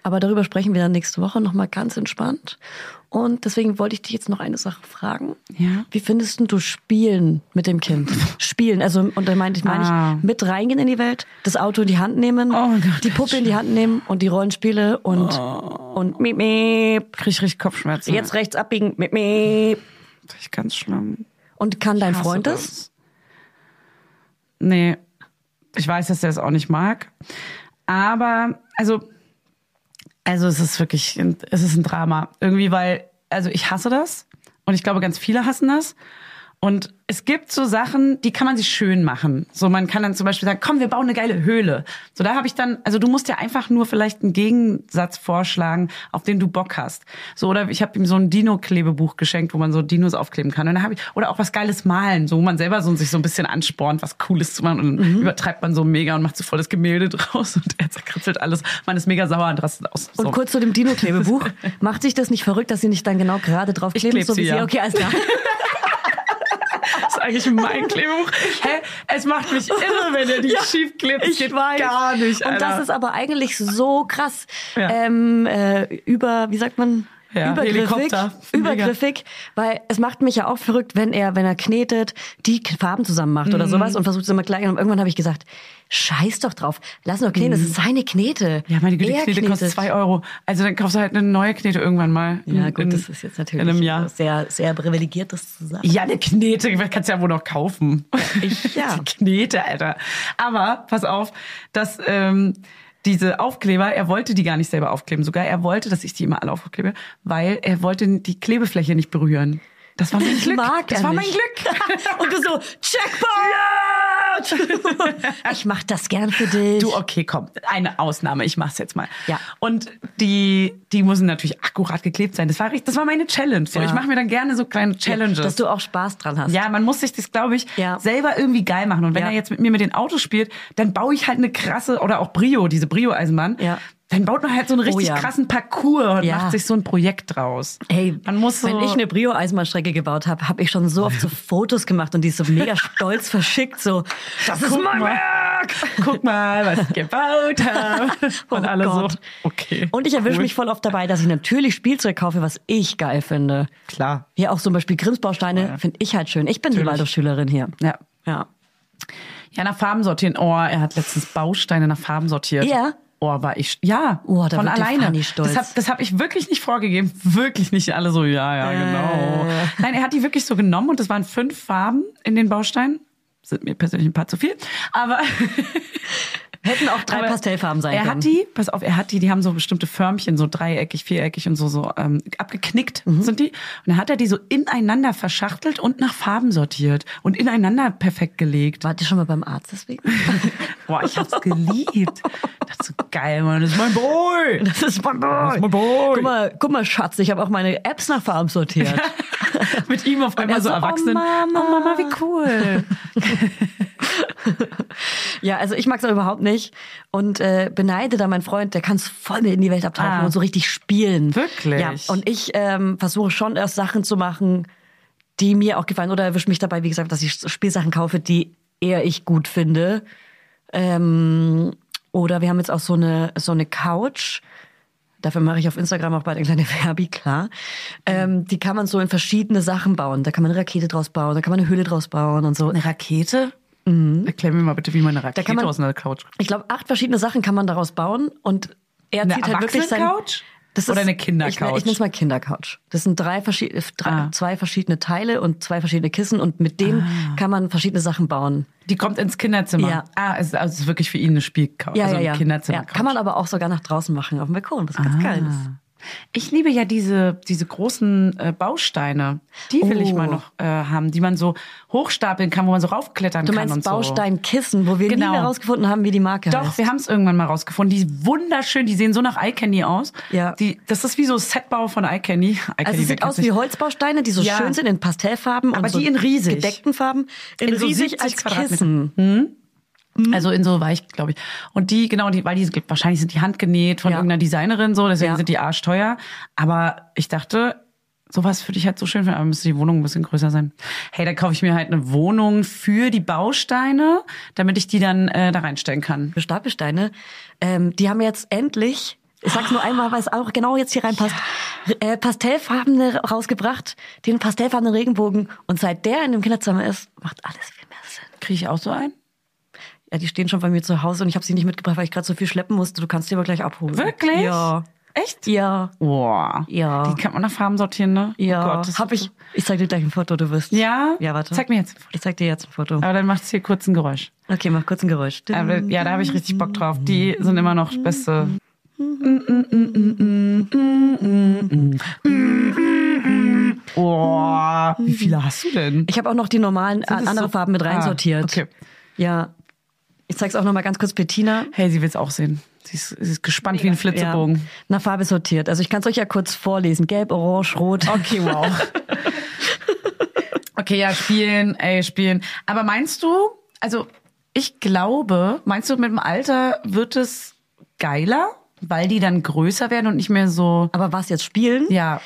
S1: Aber darüber sprechen wir dann nächste Woche nochmal ganz entspannt. Und deswegen wollte ich dich jetzt noch eine Sache fragen.
S2: Ja.
S1: Wie findest denn du Spielen mit dem Kind? Spielen, also, und da meinte ich, meine
S2: Ah.
S1: ich, mit reingehen in die Welt, das Auto in die Hand nehmen,
S2: Oh Gott, Oh.
S1: die Puppe in die Hand nehmen und die Rollenspiele und, und miep, miep.
S2: Krieg ich richtig Kopfschmerzen.
S1: Jetzt rechts abbiegen, miep, miep.
S2: Richtig ganz schlimm.
S1: Und kann dein
S2: Hasse
S1: Freund das?
S2: Nee. Ich weiß, dass er es auch nicht mag. Aber, also, also es ist wirklich, ein- es ist ein Drama. Irgendwie, weil, also ich hasse das. Und ich glaube, ganz viele hassen das. Und es gibt so Sachen, die kann man sich schön machen. So, man kann dann zum Beispiel sagen, komm, wir bauen eine geile Höhle. So, da habe ich dann, also du musst ja einfach nur vielleicht einen Gegensatz vorschlagen, auf den du Bock hast. So, oder ich habe ihm so ein Dino-Klebebuch geschenkt, wo man so Dinos aufkleben kann. Und da habe ich, oder auch was Geiles malen, so, wo man selber so sich so ein bisschen anspornt, was Cooles zu machen. Und dann
S1: Mhm.
S2: übertreibt man so mega und macht so volles Gemälde draus und er zerkritzelt alles. Man ist mega sauer und rastet aus. So.
S1: Und kurz zu dem Dino-Klebebuch. Macht sich das nicht verrückt, dass sie nicht dann genau gerade drauf
S2: Ich
S1: kleben?
S2: kleb
S1: so
S2: sie,
S1: wie
S2: ja.
S1: Okay, alles klar.
S2: Das ist eigentlich mein Klebebuch. Hä? Es macht mich irre, wenn er die schief klebt. Das geht gar nicht.
S1: Und das
S2: Alter.
S1: ist aber eigentlich so krass.
S2: Ja.
S1: Ähm, äh, über, wie sagt man?
S2: Ja,
S1: übergriffig,
S2: Helikopter. Mega.
S1: übergriffig, weil es macht mich ja auch verrückt, wenn er, wenn er knetet, die K- Farben zusammen macht
S2: Mhm.
S1: oder sowas und versucht es immer klein. Und irgendwann habe ich gesagt, scheiß doch drauf, lass doch kneten, das ist seine Knete.
S2: Mhm. Ja, meine Güte, die
S1: Er
S2: Knete kostet
S1: knetet.
S2: zwei Euro. Also dann kaufst du halt eine neue Knete irgendwann mal.
S1: Ja
S2: In-
S1: gut,
S2: in-
S1: das ist jetzt
S2: In einem
S1: natürlich
S2: Jahr.
S1: sehr, sehr privilegiert, das zu sagen.
S2: Ja, eine Knete, kannst du ja wohl noch kaufen.
S1: Ich- ja.
S2: Die Knete, Alter. Aber pass auf, dass ähm, diese Aufkleber, er wollte die gar nicht selber aufkleben. Sogar er wollte, dass ich die immer alle aufklebe, weil er wollte die Klebefläche nicht berühren. Das war mein
S1: Das
S2: Glück.
S1: mag
S2: das
S1: er
S2: war mein
S1: nicht.
S2: Glück.
S1: Und du so, Checkpoint! Ich mach das gern für dich.
S2: Du, oh okay, komm, eine Ausnahme, ich mach's jetzt mal.
S1: Ja.
S2: Und die, die müssen natürlich akkurat geklebt sein. Das war richtig, das war meine Challenge. So,
S1: Ja.
S2: ich mache mir dann gerne so kleine Challenges.
S1: Dass du auch Spaß dran hast.
S2: ja, man muss sich das, glaube ich,
S1: Ja.
S2: selber irgendwie geil machen. Und wenn
S1: Ja.
S2: er jetzt mit mir mit den Autos spielt, dann baue ich halt eine krasse, oder auch Brio, diese Brio-Eisenbahn.
S1: Ja. Oh
S2: Dann baut man halt so einen richtig
S1: ja.
S2: krassen Parcours und
S1: Ja.
S2: macht sich so ein Projekt draus.
S1: Ey,
S2: man muss so,
S1: wenn ich eine Brio-Eisenbahnstrecke gebaut habe, habe ich schon so oft so Fotos gemacht und die so mega stolz verschickt, so, das ist
S2: Guck
S1: mein
S2: mal.
S1: Werk!
S2: guck mal, was ich gebaut habe. Und
S1: Oh
S2: alle so,
S1: Gott.
S2: okay.
S1: Und ich erwische
S2: cool.
S1: mich voll oft dabei, dass ich natürlich Spielzeug kaufe, was ich geil finde.
S2: Klar.
S1: Ja, auch zum Beispiel Grimms-Bausteine finde ich halt schön. Ich bin die Waldorfschülerin hier.
S2: Ja.
S1: Ja.
S2: Ja, nach Farben sortieren. Oh, er hat letztens Bausteine nach Farben sortiert.
S1: Ja?
S2: Oh, war ich. Ja,
S1: Oh, da
S2: von
S1: wird der
S2: alleine.
S1: Fanny stolz.
S2: Das habe das hab ich wirklich nicht vorgegeben. Wirklich nicht alle so, ja, ja,
S1: Äh.
S2: genau. Nein, er hat die wirklich so genommen und es waren fünf Farben in den Bausteinen. Sind mir persönlich ein paar zu viel. Aber
S1: Hätten auch drei Pastellfarben sein
S2: er
S1: können.
S2: hat die, pass auf, er hat die, die haben so bestimmte Förmchen, so dreieckig, viereckig und so, so ähm, abgeknickt
S1: Mhm.
S2: sind die. Und dann hat er die so ineinander verschachtelt und nach Farben sortiert und ineinander perfekt gelegt.
S1: Wart ihr schon mal beim Arzt deswegen?
S2: Boah, ich hab's geliebt. Ich dachte so, geil, Mann, das ist mein Boy.
S1: Das ist mein Boy.
S2: ist mein Boy.
S1: Guck mal, guck mal Schatz, ich habe auch meine Apps nach Farben sortiert.
S2: Mit ihm auf einmal
S1: er
S2: so
S1: so, oh
S2: erwachsen.
S1: Mama.
S2: oh Mama, wie cool.
S1: Ja, also ich mag's auch überhaupt nicht und äh, beneide da meinen Freund, der kann's voll mit in die Welt abtauchen
S2: Ah.
S1: und so richtig spielen.
S2: Wirklich?
S1: Ja, und ich ähm, versuche schon erst Sachen zu machen, die mir auch gefallen oder erwische mich dabei, wie gesagt, dass ich Spielsachen kaufe, die eher ich gut finde. Ähm, oder wir haben jetzt auch so eine so eine Couch. Dafür mache ich auf Instagram auch bald eine kleine Verbi, klar. Ähm, die kann man so in verschiedene Sachen bauen. Da kann man eine Rakete draus bauen, da kann man eine Höhle draus bauen und so.
S2: Eine Rakete? Erklär mir mal bitte, wie man eine Rakete
S1: Mhm. kann man-
S2: aus einer Couch.
S1: Ich glaube, acht verschiedene Sachen kann man daraus bauen und er
S2: Eine
S1: zieht halt wirklich sein.
S2: Erwachsenen-Couch?
S1: Das
S2: Oder
S1: ist-
S2: eine Kindercouch.
S1: Ich, nenn- ich nenne es mal Kindercouch. Das sind drei verschied- äh, drei,
S2: Ah.
S1: zwei verschiedene Teile und zwei verschiedene Kissen und mit denen kann man verschiedene Sachen bauen.
S2: Die kommt ins Kinderzimmer.
S1: Ja.
S2: Ah, es ist, also es ist wirklich für ihn eine Spielcouch,
S1: Ja,
S2: also
S1: ja,
S2: ein
S1: ja.
S2: Kinderzimmer. Ah.
S1: ja. Kann man aber auch sogar nach draußen machen auf dem Balkon, was ganz geil ist.
S2: Ich liebe ja diese, diese großen äh, Bausteine. Die will ich
S1: Oh.
S2: mal noch äh, haben, die man so hochstapeln kann, wo man so raufklettern
S1: Du
S2: kann
S1: meinst
S2: und
S1: Bausteinkissen, wo wir
S2: Genau.
S1: nie herausgefunden haben, wie die Marke
S2: so. Doch,
S1: heißt.
S2: wir haben es irgendwann mal rausgefunden. Die wunderschön, die sehen so nach iCandy aus.
S1: Ja.
S2: Die, das ist wie so Setbau von iCandy. iCandy
S1: Also es
S2: wer
S1: sieht
S2: kennt's
S1: aus wie
S2: nicht?
S1: Holzbausteine, die so
S2: Ja.
S1: schön sind in Pastellfarben
S2: Aber
S1: und so
S2: die in riesig.
S1: gedeckten Farben, in,
S2: In so
S1: riesig
S2: 70
S1: als
S2: Quadratmeter.
S1: Kissen.
S2: Also in so weich, glaube ich. Und die, genau, die, weil die sind, wahrscheinlich sind die handgenäht von
S1: Ja.
S2: irgendeiner Designerin so, deswegen
S1: Ja.
S2: sind die arschteuer. Aber ich dachte, sowas für dich halt so schön finden, aber müsste die Wohnung ein bisschen größer sein. Hey, dann kaufe ich mir halt eine Wohnung für die Bausteine, damit ich die dann äh, da reinstellen kann.
S1: für Stapelsteine, ähm, die haben jetzt endlich, ich sag's nur einmal, weil es auch genau jetzt hier reinpasst, äh, Pastellfarbene rausgebracht, den pastellfarbenen Regenbogen. Und seit der in dem Kinderzimmer ist, macht alles viel mehr Sinn.
S2: Kriege ich auch so ein?
S1: Ja, die stehen schon bei mir zu Hause und ich habe sie nicht mitgebracht, weil ich gerade so viel schleppen musste. Du kannst die aber gleich abholen.
S2: Wirklich?
S1: Ja.
S2: Echt?
S1: Ja.
S2: Wow.
S1: Ja.
S2: Die kann man nach Farben sortieren, ne? Oh
S1: Ja.
S2: Gott, das
S1: hab
S2: ist
S1: ich. Ich zeig dir gleich ein Foto, du wirst.
S2: Ja?
S1: Ja, warte.
S2: Zeig mir jetzt ein Foto.
S1: Ich zeig dir jetzt ein Foto.
S2: so- Aber dann macht's hier kurz ein Geräusch.
S1: Okay, mach kurz ein Geräusch.
S2: Aber, ja, da habe ich richtig Bock drauf. Die sind immer noch beste. Oh, wie viele hast du denn?
S1: Ich habe auch noch die normalen äh,
S2: Sind das
S1: andere
S2: so-
S1: Farben mit
S2: Ah,
S1: reinsortiert.
S2: okay.
S1: Ja. Ich zeig's auch noch mal ganz kurz Bettina.
S2: Hey, sie will's auch sehen. Sie ist, sie ist gespannt wie ein Flitzebogen.
S1: Ja, nach Farbe sortiert. Also ich kann es euch ja kurz vorlesen. Gelb, Orange, Rot.
S2: Okay, wow. okay, ja, spielen, ey, spielen. Aber meinst du, also ich glaube, meinst du, mit dem Alter wird es geiler, weil die dann größer werden und nicht mehr so,
S1: Aber was jetzt spielen?
S2: ja,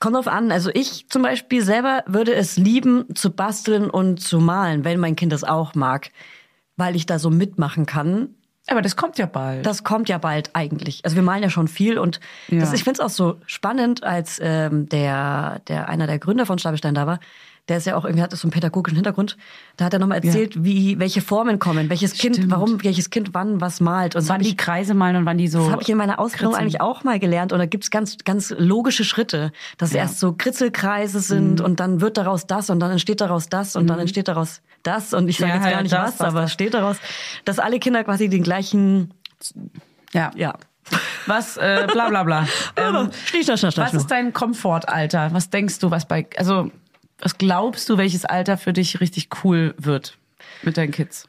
S1: Kommt drauf an. Also ich zum Beispiel selber würde es lieben, zu basteln und zu malen, wenn mein Kind das auch mag. Weil ich da so mitmachen kann.
S2: Aber das kommt ja bald.
S1: Das kommt ja bald eigentlich. Also wir malen ja schon viel und
S2: Ja.
S1: das, ich finde es auch so spannend, als ähm, der, der einer der Gründer von Stabelstein da war, der ist ja auch irgendwie hat so einen pädagogischen Hintergrund. Da hat er nochmal erzählt, wie welche Formen kommen, welches Kind,
S2: Stimmt.
S1: warum welches Kind wann was malt. Und das
S2: wann
S1: hab ich-
S2: die Kreise malen und wann die so.
S1: Das habe ich in meiner Ausbildung
S2: kritzen.
S1: eigentlich auch mal gelernt. Und da gibt's ganz, ganz logische Schritte, dass erst so Kritzelkreise sind
S2: Mhm.
S1: und dann wird daraus das und dann entsteht daraus das und dann entsteht daraus das. Und ich sage
S2: Ja,
S1: jetzt
S2: ja,
S1: gar nicht
S2: das,
S1: was,
S2: das,
S1: aber
S2: das.
S1: es steht daraus, dass alle Kinder quasi den gleichen,
S2: Ja.
S1: ja.
S2: Was, äh, bla bla bla. ähm,
S1: Schnick, schnack, schnack, schnack,
S2: was ist
S1: schnuck.
S2: dein Komfortalter? Was denkst du, was bei. Also, was glaubst du, welches Alter für dich richtig cool wird mit deinen Kids?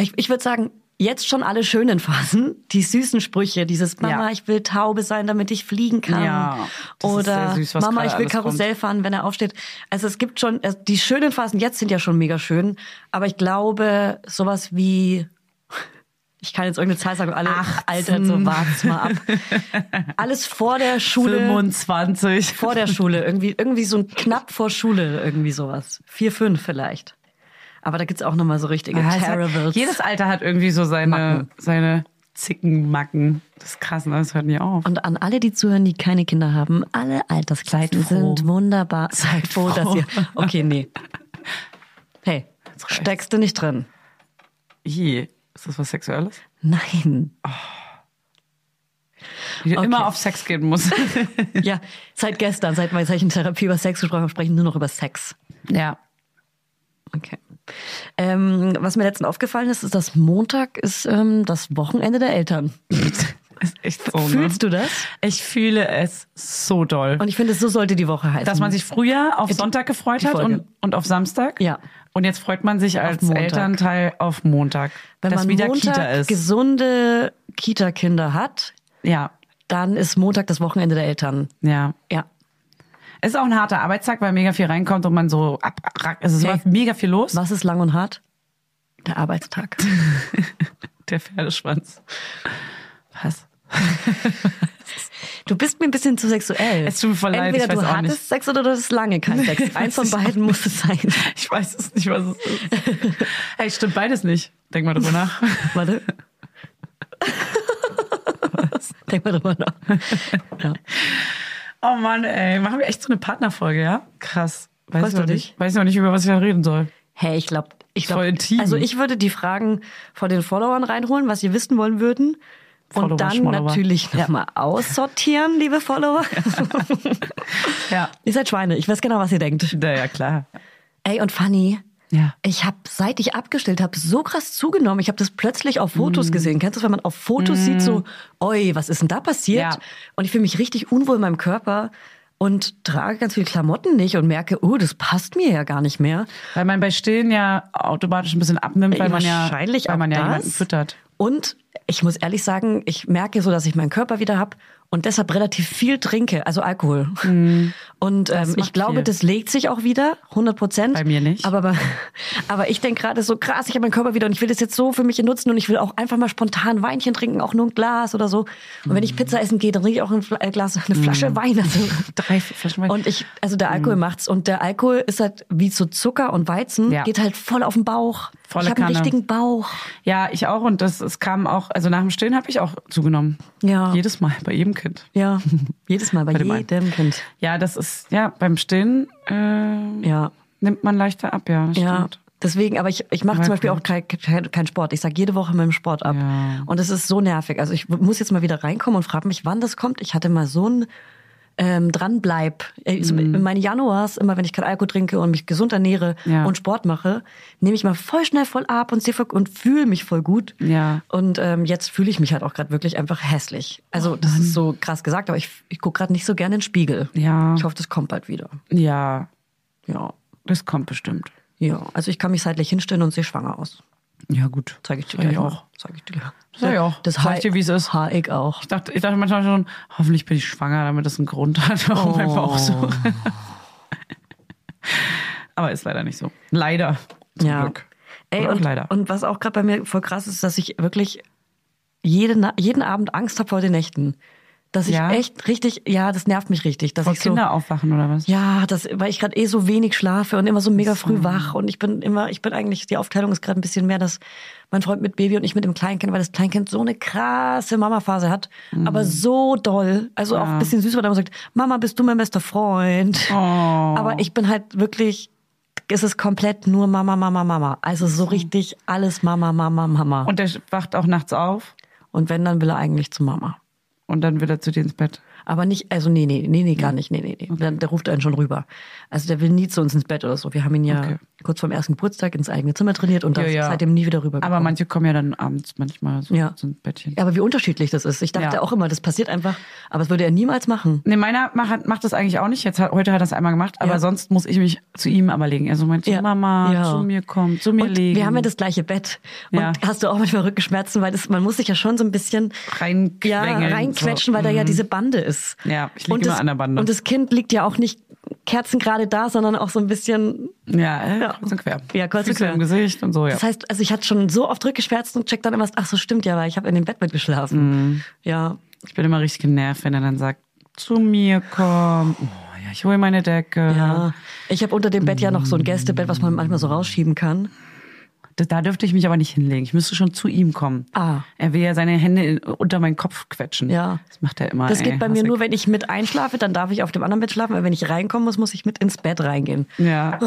S1: Ich, ich würde sagen, jetzt schon alle schönen Phasen, die süßen Sprüche, dieses Mama,
S2: Ja.
S1: ich will Taube sein, damit ich fliegen kann.
S2: Ja, das ist
S1: Oder
S2: sehr süß, was
S1: Mama,
S2: gerade
S1: ich will
S2: alles
S1: Karussell fahren, wenn er aufsteht. Also es gibt schon, äh, die schönen Phasen jetzt sind ja schon mega schön, aber ich glaube, sowas wie, ich kann jetzt irgendeine Zahl sagen, alle
S2: 18.
S1: altert so, wart's mal ab. Alles vor der Schule.
S2: 25.
S1: Vor der Schule, irgendwie, irgendwie so ein knapp vor Schule, irgendwie sowas. Vier, fünf vielleicht. Aber da gibt's auch nochmal so richtige
S2: Ja, es hat,
S1: Terribles.
S2: jedes Alter hat irgendwie so seine,
S1: Macken.
S2: seine Zickenmacken. Das ist krass, ne? Das hört nie auf.
S1: Und an alle, die zuhören, die keine Kinder haben, alle Altersklassen
S2: Seid froh.
S1: sind wunderbar.
S2: Seid
S1: Seid froh,
S2: froh.
S1: dass ihr. Okay, nee. Hey,
S2: reicht's.
S1: steckst du nicht drin?
S2: Hi. Ist das was Sexuelles?
S1: Nein.
S2: Wie du
S1: Okay.
S2: immer auf Sex gehen musst.
S1: Ja, seit gestern, seit meiner Zeichentherapie über Sex gesprochen habe, sprechen nur noch über Sex.
S2: ja.
S1: Okay. Ähm, was mir letztens aufgefallen ist, ist, dass Montag ist ähm, das Wochenende der Eltern.
S2: Ist echt so, ne?
S1: Fühlst du das?
S2: Ich fühle es so doll.
S1: Und ich finde, so sollte die Woche heißen.
S2: dass man sich früher auf Sonntag gefreut
S1: die
S2: hat
S1: Folge.
S2: und, und auf Samstag.
S1: Ja.
S2: Und jetzt freut man sich als
S1: Montag.
S2: Elternteil auf Montag,
S1: wenn
S2: dass
S1: man
S2: wieder
S1: Montag
S2: Kita ist.
S1: gesunde Kita-Kinder hat,
S2: Ja,
S1: dann ist Montag das Wochenende der Eltern.
S2: ja.
S1: Ja.
S2: Es ist auch ein harter Arbeitstag, weil mega viel reinkommt und man so ab, rack- es ist
S1: Hey.
S2: mega viel los.
S1: Was ist lang und hart? Der Arbeitstag.
S2: Der Pferdeschwanz. Was?
S1: Du bist mir ein bisschen zu sexuell.
S2: Es tut mir voll leid,
S1: Entweder
S2: ich weiß
S1: du
S2: auch
S1: hattest
S2: nicht.
S1: Sex oder du hattest lange keinen Sex. Eins von beiden muss es sein.
S2: Ich weiß es nicht, was es ist. Hey, stimmt beides nicht. Denk mal drüber nach.
S1: Warte. Denk mal drüber nach. Ja.
S2: Oh Mann, ey. Machen wir echt so eine Partnerfolge, ja? Krass. Weiß
S1: Freust
S2: ich noch
S1: du dich?
S2: nicht. Weiß noch nicht, über was ich da reden soll.
S1: Hey, ich glaube, ich
S2: Voll
S1: glaube,
S2: intim.
S1: also ich würde die Fragen von den Followern reinholen, was ihr wissen wollen würden. Und
S2: Follower,
S1: dann
S2: Schmollower.
S1: natürlich nochmal aussortieren, liebe Follower.
S2: Ja.
S1: Ihr seid Schweine, ich weiß genau, was ihr denkt.
S2: Na ja, klar.
S1: Ey, und Fanny,
S2: Ja.
S1: ich habe, seit ich abgestillt habe, so krass zugenommen. Ich habe das plötzlich auf
S2: Mm.
S1: Fotos gesehen. Kennst du das, wenn man auf Fotos sieht, so, oi, was ist denn da passiert?
S2: Ja.
S1: Und ich fühle mich richtig unwohl in meinem Körper und trage ganz viele Klamotten nicht und merke, oh, das passt mir ja gar nicht mehr.
S2: Weil man bei Stillen ja automatisch ein bisschen abnimmt, weil man ja,
S1: wahrscheinlich
S2: weil man
S1: auch
S2: ja
S1: das.
S2: jemanden füttert.
S1: Und ich muss ehrlich sagen, ich merke so, dass ich meinen Körper wieder hab und deshalb relativ viel trinke, also Alkohol. Und ähm, ich
S2: Mm. macht
S1: glaube,
S2: viel.
S1: das legt sich auch wieder, 100 Prozent.
S2: Bei mir nicht.
S1: Aber, aber, aber ich denke gerade so, krass, ich habe meinen Körper wieder und ich will das jetzt so für mich nutzen und ich will auch einfach mal spontan Weinchen trinken, auch nur ein Glas oder so. Und wenn
S2: Mm.
S1: ich Pizza essen gehe, dann trinke ich auch ein Fla- äh, Glas, eine Flasche Wein. Also.
S2: Drei Flaschen Wein.
S1: Und ich, also der
S2: Hm.
S1: Alkohol macht's. Und der Alkohol ist halt wie zu Zucker und Weizen,
S2: Ja.
S1: geht halt voll auf den Bauch.
S2: Volle
S1: ich habe einen
S2: Kanne.
S1: richtigen Bauch.
S2: Ja, ich auch. Und das, es kam auch, also nach dem Stillen habe ich auch zugenommen.
S1: Ja.
S2: Jedes Mal, bei jedem Kind.
S1: Ja, jedes Mal bei,
S2: Bei dem einen.
S1: jedem Kind.
S2: Ja, das ist, ja, beim Stillen äh,
S1: Ja,
S2: nimmt man leichter ab, ja. Das
S1: ja.
S2: Stimmt.
S1: Deswegen, aber ich, ich mache zum
S2: Ja,
S1: Beispiel auch
S2: gut.
S1: keinen kein, kein Sport. Ich sage jede Woche meinen Sport ab.
S2: Ja.
S1: Und es ist so nervig. Also ich muss jetzt mal wieder reinkommen und frage mich, wann das kommt. Ich hatte mal so ein ähm, dranbleib. Äh, so
S2: Mhm.
S1: Meine Januars, immer wenn ich keinen Alkohol trinke und mich gesund ernähre
S2: Ja.
S1: und Sport mache, nehme ich mal voll schnell voll ab und, seh voll, und fühle mich voll gut.
S2: Ja.
S1: Und ähm, jetzt fühle ich mich halt auch gerade wirklich einfach hässlich. Also das ist so krass gesagt, aber ich, ich gucke gerade nicht so gerne in den Spiegel.
S2: Ja.
S1: Ich hoffe, das kommt bald wieder.
S2: Ja,
S1: Ja.
S2: das kommt bestimmt.
S1: Ja, also ich kann mich seitlich hinstellen und sehe schwanger aus.
S2: Ah, Ja, gut.
S1: Zeige ich dir
S2: Sag
S1: gleich
S2: ich
S1: mal.
S2: auch.
S1: Zeig ich dir gleich.
S2: Sag ich auch.
S1: Das
S2: Sag
S1: Haar,
S2: ich dir, wie es ist.
S1: Haar ich auch.
S2: Ich dachte, ich dachte manchmal schon, hoffentlich bin ich schwanger, damit das einen Grund hat, warum mein
S1: Oh.
S2: Bauch so. Aber ist leider nicht so. Leider. Zum
S1: ja.
S2: Glück.
S1: Ey,
S2: Oder auch
S1: und,
S2: leider.
S1: und was auch gerade bei mir voll krass ist, dass ich wirklich jede, Na- jeden Abend Angst habe vor den Nächten. Dass ich
S2: Ja?
S1: echt richtig, ja, das nervt mich richtig. Dass
S2: Vor
S1: ich so,
S2: Kinder aufwachen oder was?
S1: Ja, das, weil ich gerade eh so wenig schlafe und immer so mega früh wach. Und ich bin immer, ich bin eigentlich, die Aufteilung ist gerade ein bisschen mehr, dass mein Freund mit Baby und ich mit dem Kleinkind, weil das Kleinkind so eine krasse Mama-Phase hat, aber so doll. Also auch ein bisschen süß, weil er immer sagt, Mama, bist du mein bester Freund? Aber ich bin halt wirklich, es ist komplett nur Mama, Mama, Mama. Also so richtig alles Mama, Mama, Mama.
S2: Und der wacht auch nachts auf
S1: Und wenn, dann will er eigentlich zu Mama.
S2: und dann will er zu dir ins Bett.
S1: Aber nicht, also nee, nee, nee, nee, gar
S2: Hm.
S1: nicht, nee, nee, nee. Der, der ruft einen schon rüber. Also der will nie zu uns ins Bett oder so. Wir haben ihn ja
S2: Okay.
S1: kurz vorm ersten Geburtstag ins eigene Zimmer trainiert und
S2: Ja,
S1: da ist
S2: ja.
S1: seitdem nie wieder rüber.
S2: Aber manche kommen ja dann abends manchmal so
S1: Oh. Ja.
S2: zum Bettchen.
S1: Aber wie unterschiedlich das ist. Ich dachte
S2: Ja.
S1: auch immer, das passiert einfach, aber das würde er niemals machen.
S2: Nee, meiner macht, macht das eigentlich auch nicht. Jetzt hat, heute hat er es einmal gemacht, aber
S1: Ja.
S2: sonst muss ich mich zu ihm aber legen. Also mein zu
S1: Ja.
S2: Mama,
S1: Ja.
S2: zu mir kommen, zu mir
S1: und
S2: legen.
S1: wir haben ja das gleiche Bett. Und
S2: Ja.
S1: hast du auch manchmal Rückenschmerzen, weil das, man muss sich ja schon so ein bisschen ja,
S2: Reinquengeln,
S1: reinquetschen,
S2: so.
S1: weil da ja
S2: Mhm.
S1: diese Bande ist.
S2: Ja, ich lieg
S1: Und
S2: immer
S1: das-
S2: an der Bande.
S1: Und das Kind liegt ja auch nicht kerzengerade da, sondern auch so ein bisschen
S2: Ja, äh,
S1: Ja.
S2: kreuz und quer.
S1: Ja, kreuz und
S2: Füße
S1: quer.
S2: im Gesicht und so, Oh ja.
S1: Das heißt, also ich hatte schon so oft Rückenschmerzen und check dann immer, ach so stimmt ja, weil ich habe in dem Bett
S2: Mhm.
S1: mitgeschlafen. Ja.
S2: ich bin immer richtig genervt, wenn er dann sagt, zu mir komm. Oh, ja, Mhm. ich hole meine Decke.
S1: Ja, ich habe unter dem Bett ja noch so ein Gästebett, was man manchmal so rausschieben kann.
S2: Da, da dürfte ich mich aber nicht hinlegen. Ich müsste schon zu ihm kommen.
S1: Ah.
S2: Er will ja seine Hände in, unter meinen Kopf quetschen.
S1: Ja.
S2: Das macht er immer.
S1: Das
S2: Ah, ey.
S1: geht bei mir
S2: Hassig.
S1: nur, wenn ich mit einschlafe, dann darf ich auf dem anderen Bett schlafen, weil wenn ich reinkommen muss, muss ich mit ins Bett reingehen.
S2: Ja.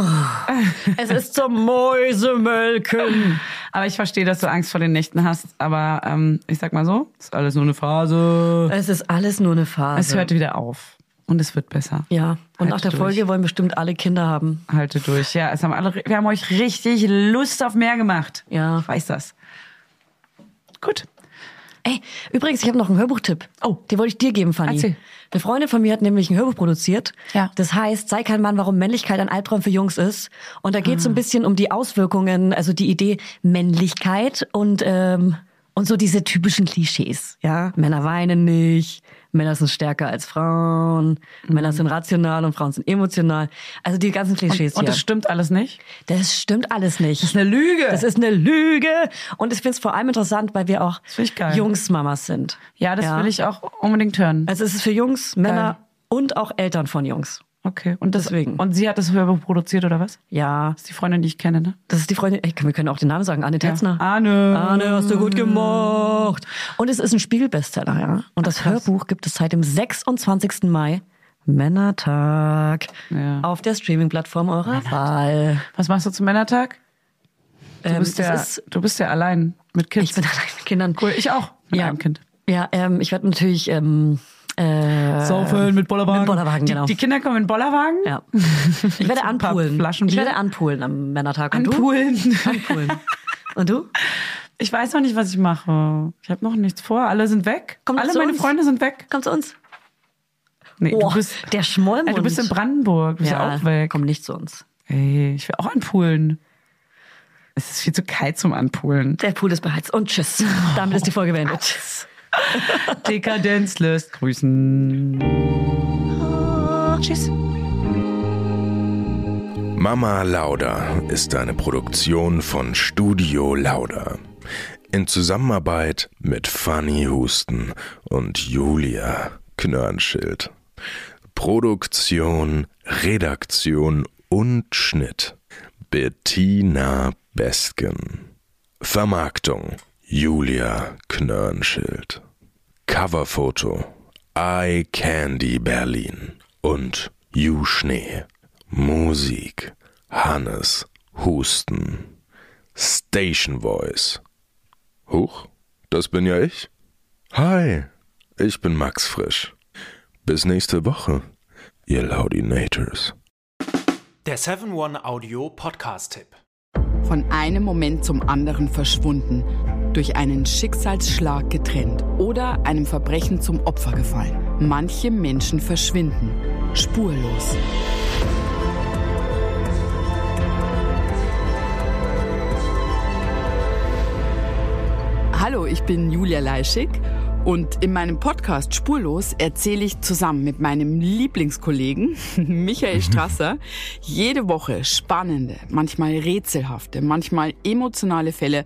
S1: Es ist zum Mäusemelken.
S2: Aber ich verstehe, dass du Angst vor den Nächten hast. Aber ähm, ich sag mal so, ist alles nur eine Phase.
S1: Es ist alles nur eine Phase.
S2: Es hört wieder auf. Und es wird besser.
S1: ja, und
S2: Halt
S1: nach der
S2: durch.
S1: Folge wollen bestimmt alle Kinder haben.
S2: Halte durch. Ja, es haben alle, wir haben euch richtig Lust auf mehr gemacht.
S1: Ja.
S2: Ich weiß das. Gut.
S1: Ey, übrigens, ich habe noch einen Hörbuchtipp.
S2: Oh.
S1: Den wollte ich dir geben, Fanny.
S2: Erzähl.
S1: Eine Freundin von mir hat nämlich ein Hörbuch produziert.
S2: Ja.
S1: Das heißt, sei kein Mann, warum Männlichkeit ein Albtraum für Jungs ist. Und da
S2: Ah.
S1: geht es so ein bisschen um die Auswirkungen, also die Idee Männlichkeit und, ähm, und so diese typischen Klischees. Ja, Männer weinen nicht, Männer sind stärker als Frauen, Männer sind rational und Frauen sind emotional. Also die ganzen Klischees
S2: Mhm. Und
S1: hier.
S2: das stimmt alles nicht?
S1: das stimmt alles nicht.
S2: Das ist eine Lüge.
S1: Das ist eine Lüge. Und ich finde es vor allem interessant, weil wir auch
S2: find ich geil.
S1: Jungsmamas sind.
S2: ja, das will ich auch unbedingt hören.
S1: Also es ist für Jungs, Männer und auch Eltern von Jungs.
S2: Okay. Und das,
S1: Deswegen.
S2: Und sie hat das Hörbuch produziert oder was?
S1: Ja,
S2: Das ist die Freundin, die ich kenne, ne? Ah,
S1: das ist die Freundin. Ey, wir können auch den Namen sagen, Anne Tetzner.
S2: Arne.
S1: Arne, hast du gut gemacht. Und es ist ein Spiegelbestseller, ja. Und das Hörbuch gibt es seit dem 26. Mai. Männertag.
S2: Ja.
S1: Auf der Streaming-Plattform eurer Wahl.
S2: Was machst du zum Männertag? Du
S1: Ähm,
S2: bist ja,
S1: das ist,
S2: du bist ja allein mit Kids.
S1: ich bin allein mit Kindern.
S2: cool. Ich auch. Mit
S1: Ja.
S2: einem Kind.
S1: Ja, ähm, ich werde natürlich ähm, äh,
S2: Saufen mit Bollerwagen.
S1: Mit Bollerwagen,
S2: die,
S1: genau.
S2: Die Kinder kommen in Bollerwagen.
S1: Ja. Ich werde
S2: Ein paar
S1: anpulen.
S2: Flaschen
S1: Ich
S2: Bier.
S1: werde anpulen am Männertag. Und
S2: Anpulen.
S1: du? Anpulen. Und du?
S2: Ich weiß noch nicht, was ich mache. Ich habe noch nichts vor. Alle sind weg.
S1: Komm doch
S2: Alle
S1: zu
S2: meine
S1: uns.
S2: Freunde sind weg.
S1: Komm zu uns.
S2: Nee,
S1: Oh,
S2: du bist,
S1: der Schmollmund.
S2: Ey, du bist in Brandenburg. Du bist ja,
S1: ja,
S2: auch weg.
S1: komm nicht zu uns.
S2: Ey, ich will auch anpulen. Es ist viel zu kalt zum Anpulen.
S1: Der Pool ist beheizt. Und tschüss. Damit ist die
S2: Oh,
S1: Folge beendet.
S2: Dekadenz lässt grüßen. Tschüss.
S3: Mama Lauda ist eine Produktion von Studio Lauda. In Zusammenarbeit mit Fanny Husten und Julia Knörnschild. Produktion, Redaktion und Schnitt Bettina Besken. Vermarktung Julia Knörnschild. Coverfoto Eye Candy Berlin und You Schnee. Musik Hannes Husten. Station Voice. Huch, das bin ja ich. Hi, ich bin Max Frisch. Bis nächste Woche, ihr Laudinators.
S5: Der 7-One Audio Podcast-Tipp.
S6: Von einem Moment zum anderen verschwunden, durch einen Schicksalsschlag getrennt oder einem Verbrechen zum Opfer gefallen. Manche Menschen verschwinden spurlos. Hallo, ich bin Julia Leischig und in meinem Podcast Spurlos erzähle ich zusammen mit meinem Lieblingskollegen Michael Strasser jede Woche spannende, manchmal rätselhafte, manchmal emotionale Fälle